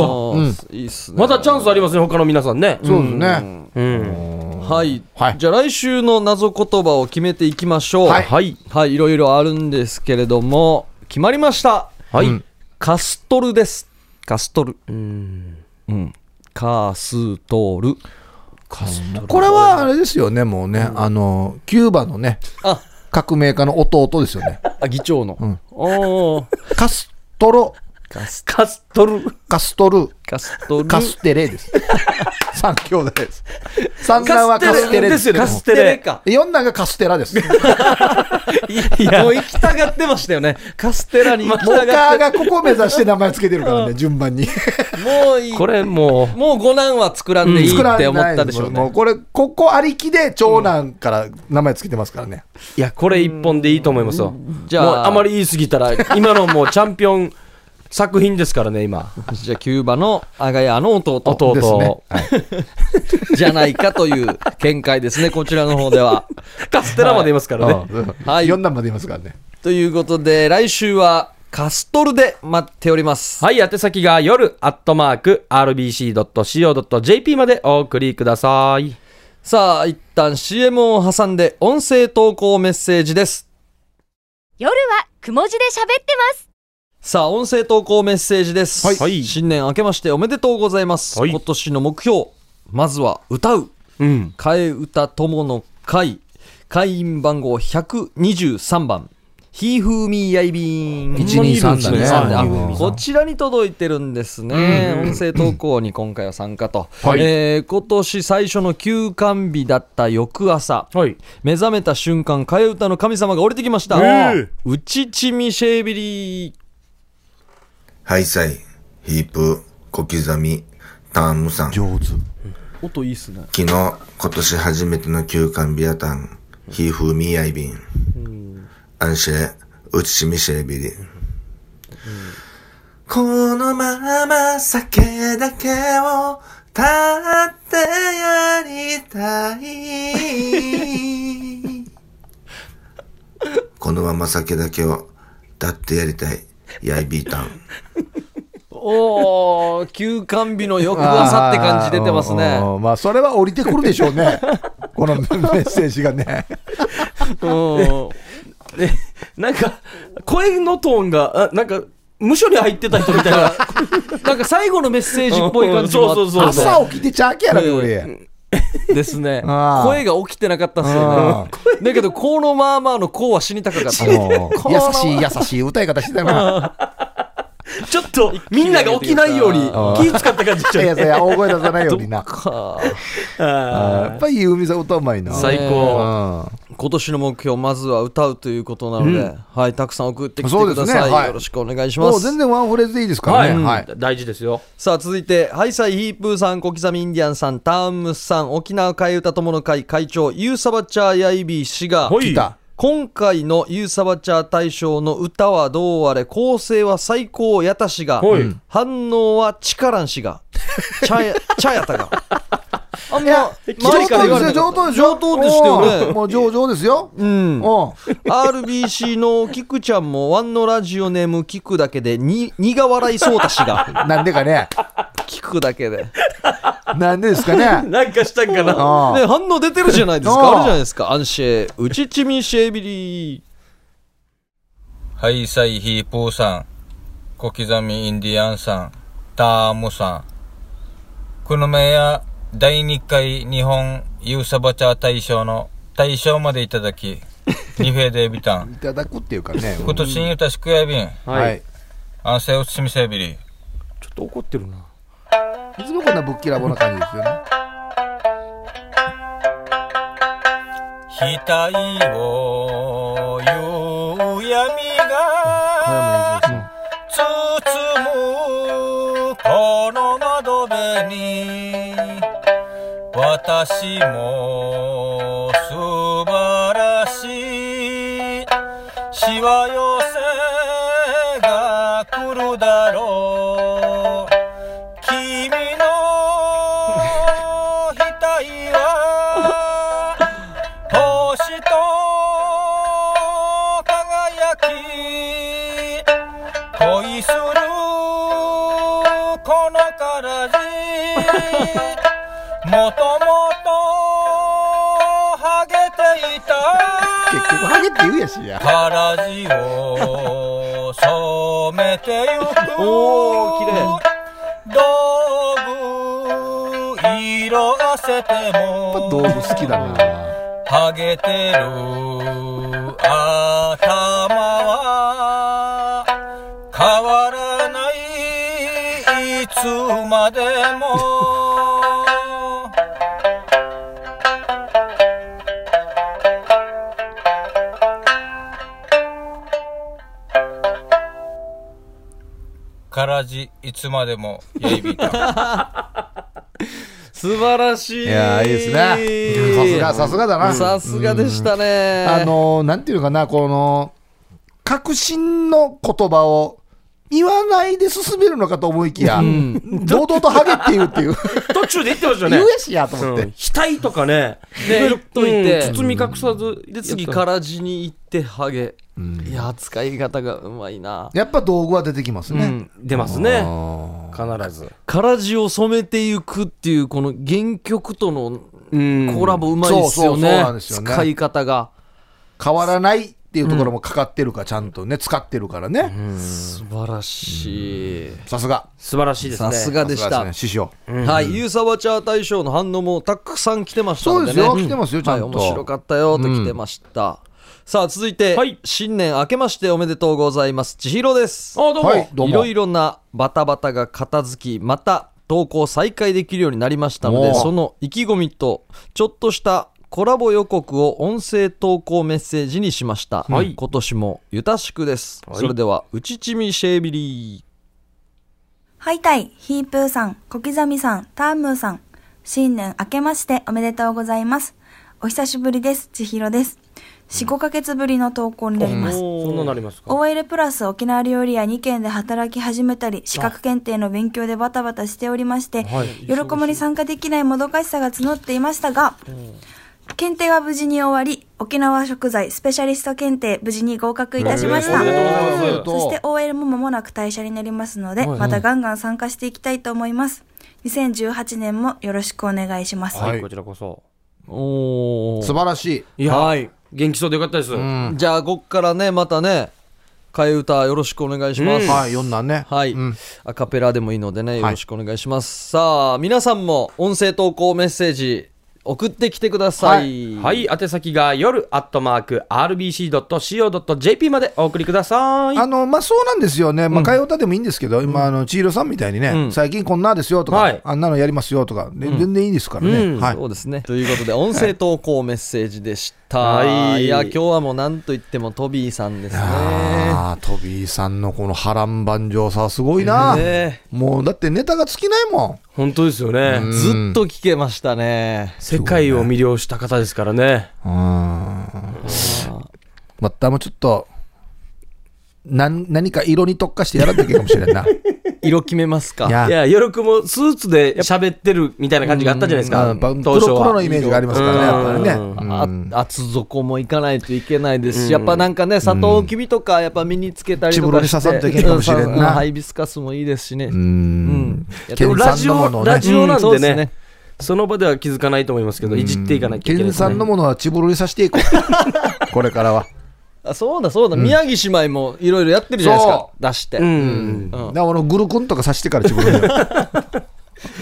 [SPEAKER 4] か
[SPEAKER 1] か、いいっすね
[SPEAKER 4] またチャンスありますね、他の皆さんね。
[SPEAKER 3] そうですね、
[SPEAKER 4] うん。
[SPEAKER 1] はい、
[SPEAKER 3] はい
[SPEAKER 1] じゃあ来週の謎言葉を決めていきましょう
[SPEAKER 3] はい
[SPEAKER 4] はい。
[SPEAKER 1] はいいろいろあるんですけれども決まりました
[SPEAKER 4] はい。
[SPEAKER 1] カストルですカストルうん、カストル
[SPEAKER 3] これはあれですよねもうね、あのキューバのね
[SPEAKER 1] あ
[SPEAKER 3] 革命家の弟ですよね
[SPEAKER 1] あ議長の、おお
[SPEAKER 3] カストロ
[SPEAKER 1] カス
[SPEAKER 4] カストル。
[SPEAKER 3] カストル
[SPEAKER 1] カストル
[SPEAKER 3] カステレです三兄弟です三男はカステレで
[SPEAKER 4] ですすよね。カステ
[SPEAKER 1] テレ
[SPEAKER 4] レ。
[SPEAKER 1] か
[SPEAKER 3] 四男がカステラですもう
[SPEAKER 1] いやもう行きたがってましたよねカステラに行きたが
[SPEAKER 3] カ
[SPEAKER 1] っ
[SPEAKER 3] ーがここを目指して名前つけてるからね順番に
[SPEAKER 1] てもういい
[SPEAKER 4] これもう。
[SPEAKER 1] もう五男は作らんでいい
[SPEAKER 3] 作ら
[SPEAKER 1] って
[SPEAKER 3] ない
[SPEAKER 1] 思ったでしょう
[SPEAKER 3] もう
[SPEAKER 1] ね
[SPEAKER 3] これここありきで長男から名前つけてますからね、
[SPEAKER 4] いや、これ一本でいいと思いますよ。
[SPEAKER 1] じ
[SPEAKER 4] じ
[SPEAKER 1] ゃあ
[SPEAKER 4] ゃあ、あまり言い過ぎたら、 今のもうチャンピオン作品ですからね、今。
[SPEAKER 1] じゃあキューバのアガヤの弟
[SPEAKER 4] 弟。
[SPEAKER 3] ですね
[SPEAKER 1] じゃない かという見解ですね、こちらの方で は。
[SPEAKER 4] カステラまでいますからね。
[SPEAKER 1] は
[SPEAKER 3] はいい、四男までいますからね
[SPEAKER 1] ということで、来週はカストルで待っております。
[SPEAKER 4] はい、宛先が夜、アットマーク、rbc.co.jp までお送りください。
[SPEAKER 1] さあ、一旦 CM を挟んで音声投稿メッセージです。
[SPEAKER 5] 夜はくも字で喋ってます
[SPEAKER 1] さあ、音声投稿メッセージです。
[SPEAKER 4] はいはい
[SPEAKER 1] 新年明けましておめでとうございます。
[SPEAKER 4] はい
[SPEAKER 1] 今年の目標、まずは歌う。
[SPEAKER 4] うん。
[SPEAKER 1] 替え歌友の会会員番号123番ひーふーみーやいびーん
[SPEAKER 3] 123だね
[SPEAKER 1] あ
[SPEAKER 3] はい
[SPEAKER 1] こちらに届いてるんですね、音声投稿に今回は参加と、
[SPEAKER 3] はい
[SPEAKER 1] えー今年最初の休館日だった翌朝、
[SPEAKER 4] はい。
[SPEAKER 1] 目覚めた瞬間替え歌の神様が降りてきました、
[SPEAKER 4] えー
[SPEAKER 1] うちちみシェービリー
[SPEAKER 7] ハイサイ、ヒープ、小刻み、ターンムさん。昨
[SPEAKER 3] 上手
[SPEAKER 1] 音いいっすね
[SPEAKER 7] 日、今年初めての休館ビアタン、ヒーフーミーアイビン。アンシェ、ウチシミシェビリ。このまま酒だけを立ってやり たい。このまま酒だけを立ってやりたい。ヤイビータン。
[SPEAKER 1] おお休館日の翌朝って感じ出てますね
[SPEAKER 3] あーうんうんまあそれは降りてくるでしょう ねこのメッセージがね
[SPEAKER 1] うん
[SPEAKER 4] え、なんか、声のトーンが、あなんか、無所に入ってた人みたい な。
[SPEAKER 1] なんか最後のメッセージっぽい感じもあって
[SPEAKER 4] うん そうそうそう
[SPEAKER 3] 朝起きてちゃうけやな俺
[SPEAKER 1] ですね。
[SPEAKER 3] あー
[SPEAKER 1] 声が起きてなかったっすよね。だけど、このまあまあのこうは死にたかった。
[SPEAKER 3] 優しい優しい歌い方してたな
[SPEAKER 4] ちょっと、みんなが起きないように気使った感じし
[SPEAKER 3] い
[SPEAKER 4] ちゃ
[SPEAKER 3] や
[SPEAKER 4] う
[SPEAKER 3] いやいや大声出さないようにな
[SPEAKER 1] か
[SPEAKER 3] あーやっぱり海さん歌うまいな
[SPEAKER 4] 最高。
[SPEAKER 3] う
[SPEAKER 1] 今年の目標、まずは歌うということなので、はい、たくさん送ってきて
[SPEAKER 3] そう
[SPEAKER 1] く
[SPEAKER 3] です
[SPEAKER 1] だ
[SPEAKER 3] ね
[SPEAKER 1] さい。
[SPEAKER 3] はい
[SPEAKER 1] よろしくお願いし
[SPEAKER 3] ん
[SPEAKER 1] ま
[SPEAKER 3] もう
[SPEAKER 1] す
[SPEAKER 3] 全。然ワンフレーズでいいですから
[SPEAKER 4] はい、
[SPEAKER 3] ねはい
[SPEAKER 4] 大事ですよ。
[SPEAKER 1] さあ、続いて、ハイサイヒープーさん、小刻みインディアンさん、ターンムスさん、沖縄替え歌友の会会長、ユーサバチャーヤイビー氏が、
[SPEAKER 4] はい。
[SPEAKER 1] 今回のユーサバチャー大賞の歌はどうあれ構成は最高やたしが、
[SPEAKER 4] はい
[SPEAKER 1] うん反応はチカランし がチャヤチャヤタがあん
[SPEAKER 3] いや
[SPEAKER 1] ま
[SPEAKER 3] 上
[SPEAKER 1] 周りから言わ
[SPEAKER 3] 等
[SPEAKER 1] れ
[SPEAKER 3] で
[SPEAKER 1] な
[SPEAKER 3] す
[SPEAKER 1] か
[SPEAKER 3] よ
[SPEAKER 1] った
[SPEAKER 3] 上等でしょ
[SPEAKER 1] 上等でしたよ
[SPEAKER 3] う
[SPEAKER 1] ね
[SPEAKER 3] んもう上々ですよ
[SPEAKER 1] う
[SPEAKER 3] うん
[SPEAKER 1] ん
[SPEAKER 3] い
[SPEAKER 1] RBC の菊ちゃんもワンのラジオネーム菊だけでに苦笑いそうたし が
[SPEAKER 3] なんでかね
[SPEAKER 1] 菊だけでで
[SPEAKER 3] なんでです かね
[SPEAKER 4] なんかしたんかな。
[SPEAKER 3] あー
[SPEAKER 1] 反応出てるじゃないです
[SPEAKER 3] あ
[SPEAKER 1] か
[SPEAKER 3] ー
[SPEAKER 1] あるじゃないですかアンシェウチチミシェビリー
[SPEAKER 8] ハイサイヒープーさん、小刻みインディアンさん、タームさん。この前や第2回日本ユーサバチャー大賞の大賞までいただき、ニフェデービタン、
[SPEAKER 3] いただくっていうかね。
[SPEAKER 8] 今年に歌しくやびん、
[SPEAKER 3] うんはい。
[SPEAKER 8] アンセウスミセビリ。
[SPEAKER 4] ちょっと怒ってるな。
[SPEAKER 3] いつもこんなぶっきらぼうな感じですよね。
[SPEAKER 8] 額を夕闇が包むこの窓辺に私も素晴らしいしわ寄せが来るだろう君の額は星と輝き恋するこのからじもともとハゲていた
[SPEAKER 3] 結局ハゲって言うやしや。
[SPEAKER 8] からじを染めてゆく
[SPEAKER 4] おー綺麗
[SPEAKER 8] 道具色あせて
[SPEAKER 3] やっぱ
[SPEAKER 8] も
[SPEAKER 3] 道具好きだな。
[SPEAKER 8] ハゲてる頭は変わらないいつまでもからじいつまでもやいびた
[SPEAKER 1] 素晴らしい。
[SPEAKER 3] いやー、いいですね。さすが、さすがだな。
[SPEAKER 1] さすがでしたね。
[SPEAKER 3] あ、のー、なんていうのかな、この、確信の言葉を言わないで進めるのかと思いきや、堂々とハゲって言うっていう、
[SPEAKER 4] 途中で言ってましたよね
[SPEAKER 3] 言う。やしやと思っ
[SPEAKER 4] うん
[SPEAKER 3] て。
[SPEAKER 4] 額とかね、
[SPEAKER 1] ね
[SPEAKER 4] いろいろ
[SPEAKER 1] 言っといて
[SPEAKER 4] うん包み隠さず、で
[SPEAKER 1] で、次か、らじに行ってハゲ。いやー、使い方がうまいな。
[SPEAKER 3] やっぱ道具は出てきます
[SPEAKER 1] う
[SPEAKER 3] ね。
[SPEAKER 1] ん
[SPEAKER 4] 出ますね。必ず。
[SPEAKER 1] からじを染めていくっていう、この原曲との
[SPEAKER 4] うん
[SPEAKER 1] コラボうまいですよ
[SPEAKER 3] そうそうそう
[SPEAKER 1] ね
[SPEAKER 3] なん。ですよね
[SPEAKER 1] 使い方が。
[SPEAKER 3] 変わらないっていうところもかかってるか、ちゃんとね、使ってるからね。
[SPEAKER 1] 素晴らしい。
[SPEAKER 3] さすが。
[SPEAKER 4] 素晴らしいですね。
[SPEAKER 1] さすがでし
[SPEAKER 3] さすが
[SPEAKER 1] た
[SPEAKER 3] ね。師匠。
[SPEAKER 1] はい、ユーサバチャー大賞の反応もたくさん来てましたのでね。
[SPEAKER 3] そうですよ来てますよちゃんと
[SPEAKER 1] はい、面白かったよと来てました。さあ、続いて、
[SPEAKER 4] はい
[SPEAKER 1] 新年明けましておめでとうございます。千尋です。
[SPEAKER 4] あ、どうも。
[SPEAKER 3] はいどう
[SPEAKER 1] い
[SPEAKER 3] も
[SPEAKER 1] ろいろなバタバタが片付き、また投稿再開できるようになりましたの
[SPEAKER 3] お
[SPEAKER 1] で、
[SPEAKER 3] ー
[SPEAKER 1] その意気込みと、ちょっとしたコラボ予告を音声投稿メッセージにしました。
[SPEAKER 4] はい
[SPEAKER 1] 今年もゆたしくです。
[SPEAKER 4] はい
[SPEAKER 1] それでは、うちちみシェービリー。
[SPEAKER 9] ハイタイ、ヒープーさん、小刻みさん、タームーさん、新年明けましておめでとうございます。お久しぶりです、千尋です。4、5ヶ月ぶりの投稿になります。
[SPEAKER 4] そんななりますか。
[SPEAKER 9] OL プラス沖縄料理屋2軒で働き始めたり、資格検定の勉強でバタバタしておりまして、喜びに参加できないもどかしさが募っていましたが、検定は無事に終わり、沖縄食材スペシャリスト検定無事に合格いたしました。
[SPEAKER 4] おめでとうございます
[SPEAKER 3] おめでとう
[SPEAKER 9] そして OL も間もなく退社になりますので、またガンガン参加していきたいと思います。2018年もよろしくお願いします。
[SPEAKER 4] はい、こちらこそ。
[SPEAKER 1] おー
[SPEAKER 3] 素晴らしい。
[SPEAKER 4] いや、
[SPEAKER 1] はい
[SPEAKER 4] 元気そうでよかったです。
[SPEAKER 1] じゃあ、こっからね、またね、替え歌よろしくお願いします。
[SPEAKER 3] はい、四男ね。
[SPEAKER 1] はい、
[SPEAKER 3] うん
[SPEAKER 1] アカペラでもいいのでね、よろしくお願いします。さあ、皆さんも音声投稿メッセージ送ってきてください。
[SPEAKER 4] はい、宛先が夜アットマーク RBC.CO.JP までお送りください。
[SPEAKER 3] あのまあ、そうなんですよね、まあ、替え歌でもいいんですけど、今あの、千尋さんみたいにね、最近こんなですよとか、
[SPEAKER 4] はい
[SPEAKER 3] あんなのやりますよとか、で全然いいですからね、
[SPEAKER 4] うん
[SPEAKER 3] はい
[SPEAKER 1] そうですね。ということで、音声投稿メッセージでした。
[SPEAKER 4] はい
[SPEAKER 1] いや、今日はもう何と言ってもトビーさんですね。
[SPEAKER 3] あートビーさんのこの波乱万丈さ、すごいな、
[SPEAKER 1] ね
[SPEAKER 3] もうだってネタが尽きないも
[SPEAKER 4] 本当ですよね。
[SPEAKER 1] ずっと聞けましたね。
[SPEAKER 4] 世界を魅了した方ですからね。
[SPEAKER 3] ん、うんまたもうちょっとなん、何か色に特化してやらなきゃいけないかもしれんない
[SPEAKER 1] 色決めますか。
[SPEAKER 3] な、いや
[SPEAKER 4] いや、夜くもスーツで喋ってるみたいな感じがあったじゃないです
[SPEAKER 3] あ
[SPEAKER 4] か
[SPEAKER 3] の。ば
[SPEAKER 4] 当
[SPEAKER 3] 黒
[SPEAKER 4] 初は
[SPEAKER 3] 黒のイメージがありますからね、やっぱりね。
[SPEAKER 4] うん
[SPEAKER 1] あ厚底も行かないといけないですし、やっぱなんかね、サトウキビとかやっぱ身につけたりとかして、
[SPEAKER 3] チブロに刺さんといけんかもしれんな
[SPEAKER 1] うハイビスカスもいいですしね。うん。やって
[SPEAKER 3] ケ
[SPEAKER 1] も
[SPEAKER 3] ンさんのものをね
[SPEAKER 4] ラジオなんでね
[SPEAKER 1] うそうす
[SPEAKER 4] その場では気づかないと思いますけど、いじっていかないとい
[SPEAKER 3] ケ
[SPEAKER 4] けない
[SPEAKER 3] ン
[SPEAKER 4] です
[SPEAKER 3] さ
[SPEAKER 4] ね。
[SPEAKER 3] んのものはチブロにさしていこう。これからは。
[SPEAKER 1] あそうだそうだ、宮城姉妹もいろいろやってるじゃないですか
[SPEAKER 3] そ
[SPEAKER 1] 出して、
[SPEAKER 4] うん。
[SPEAKER 3] だから俺、グル君とかさしてからチブロに。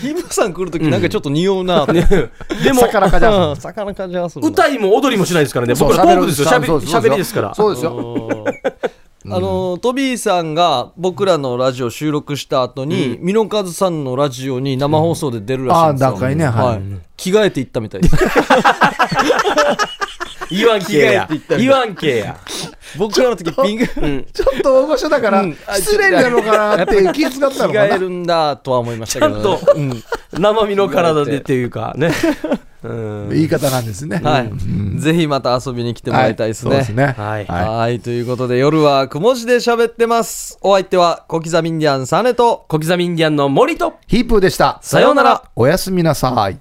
[SPEAKER 1] ヒブさん来るときなんかちょっと匂うなって。
[SPEAKER 4] でも、
[SPEAKER 3] 魚かじゃん。
[SPEAKER 1] 魚感じがするな。
[SPEAKER 4] 歌いも踊りもしないですからね。
[SPEAKER 3] そう
[SPEAKER 4] 僕らトーク
[SPEAKER 3] 喋る
[SPEAKER 4] ですよ。しゃべ
[SPEAKER 3] そうそう
[SPEAKER 4] しゃべりですから。
[SPEAKER 3] そうですよ。
[SPEAKER 1] あのトビーさんが僕らのラジオ収録した後に、ミノカズさんのラジオに生放送で出るらしいんですよ、
[SPEAKER 3] うんあー段階ねはい
[SPEAKER 1] 着替えていったみたいです
[SPEAKER 4] 言わんけや。言わんけや。
[SPEAKER 1] 僕らの時ピンク
[SPEAKER 3] ちょっと大御所だから、失礼になるのかなって気遣った
[SPEAKER 1] 着
[SPEAKER 3] のか
[SPEAKER 1] 替え
[SPEAKER 3] な。
[SPEAKER 1] るんだとは思いまし
[SPEAKER 4] ち
[SPEAKER 1] た
[SPEAKER 4] ゃ
[SPEAKER 1] けど、
[SPEAKER 4] ん
[SPEAKER 1] ね、
[SPEAKER 4] と、生身の体でっていうかね。うん
[SPEAKER 3] 言い方なんですね。
[SPEAKER 1] はい、ぜひまた遊びに来てもらいたいですね、
[SPEAKER 3] はいそうですね。
[SPEAKER 4] はい
[SPEAKER 1] はい
[SPEAKER 3] は
[SPEAKER 1] ということで夜はくも字で喋ってますお相手は小刻みインディアンサネと
[SPEAKER 4] 小刻みインディアンの森と、
[SPEAKER 3] い。ヒープーでした。
[SPEAKER 4] さようなら。
[SPEAKER 3] おやすみなさい。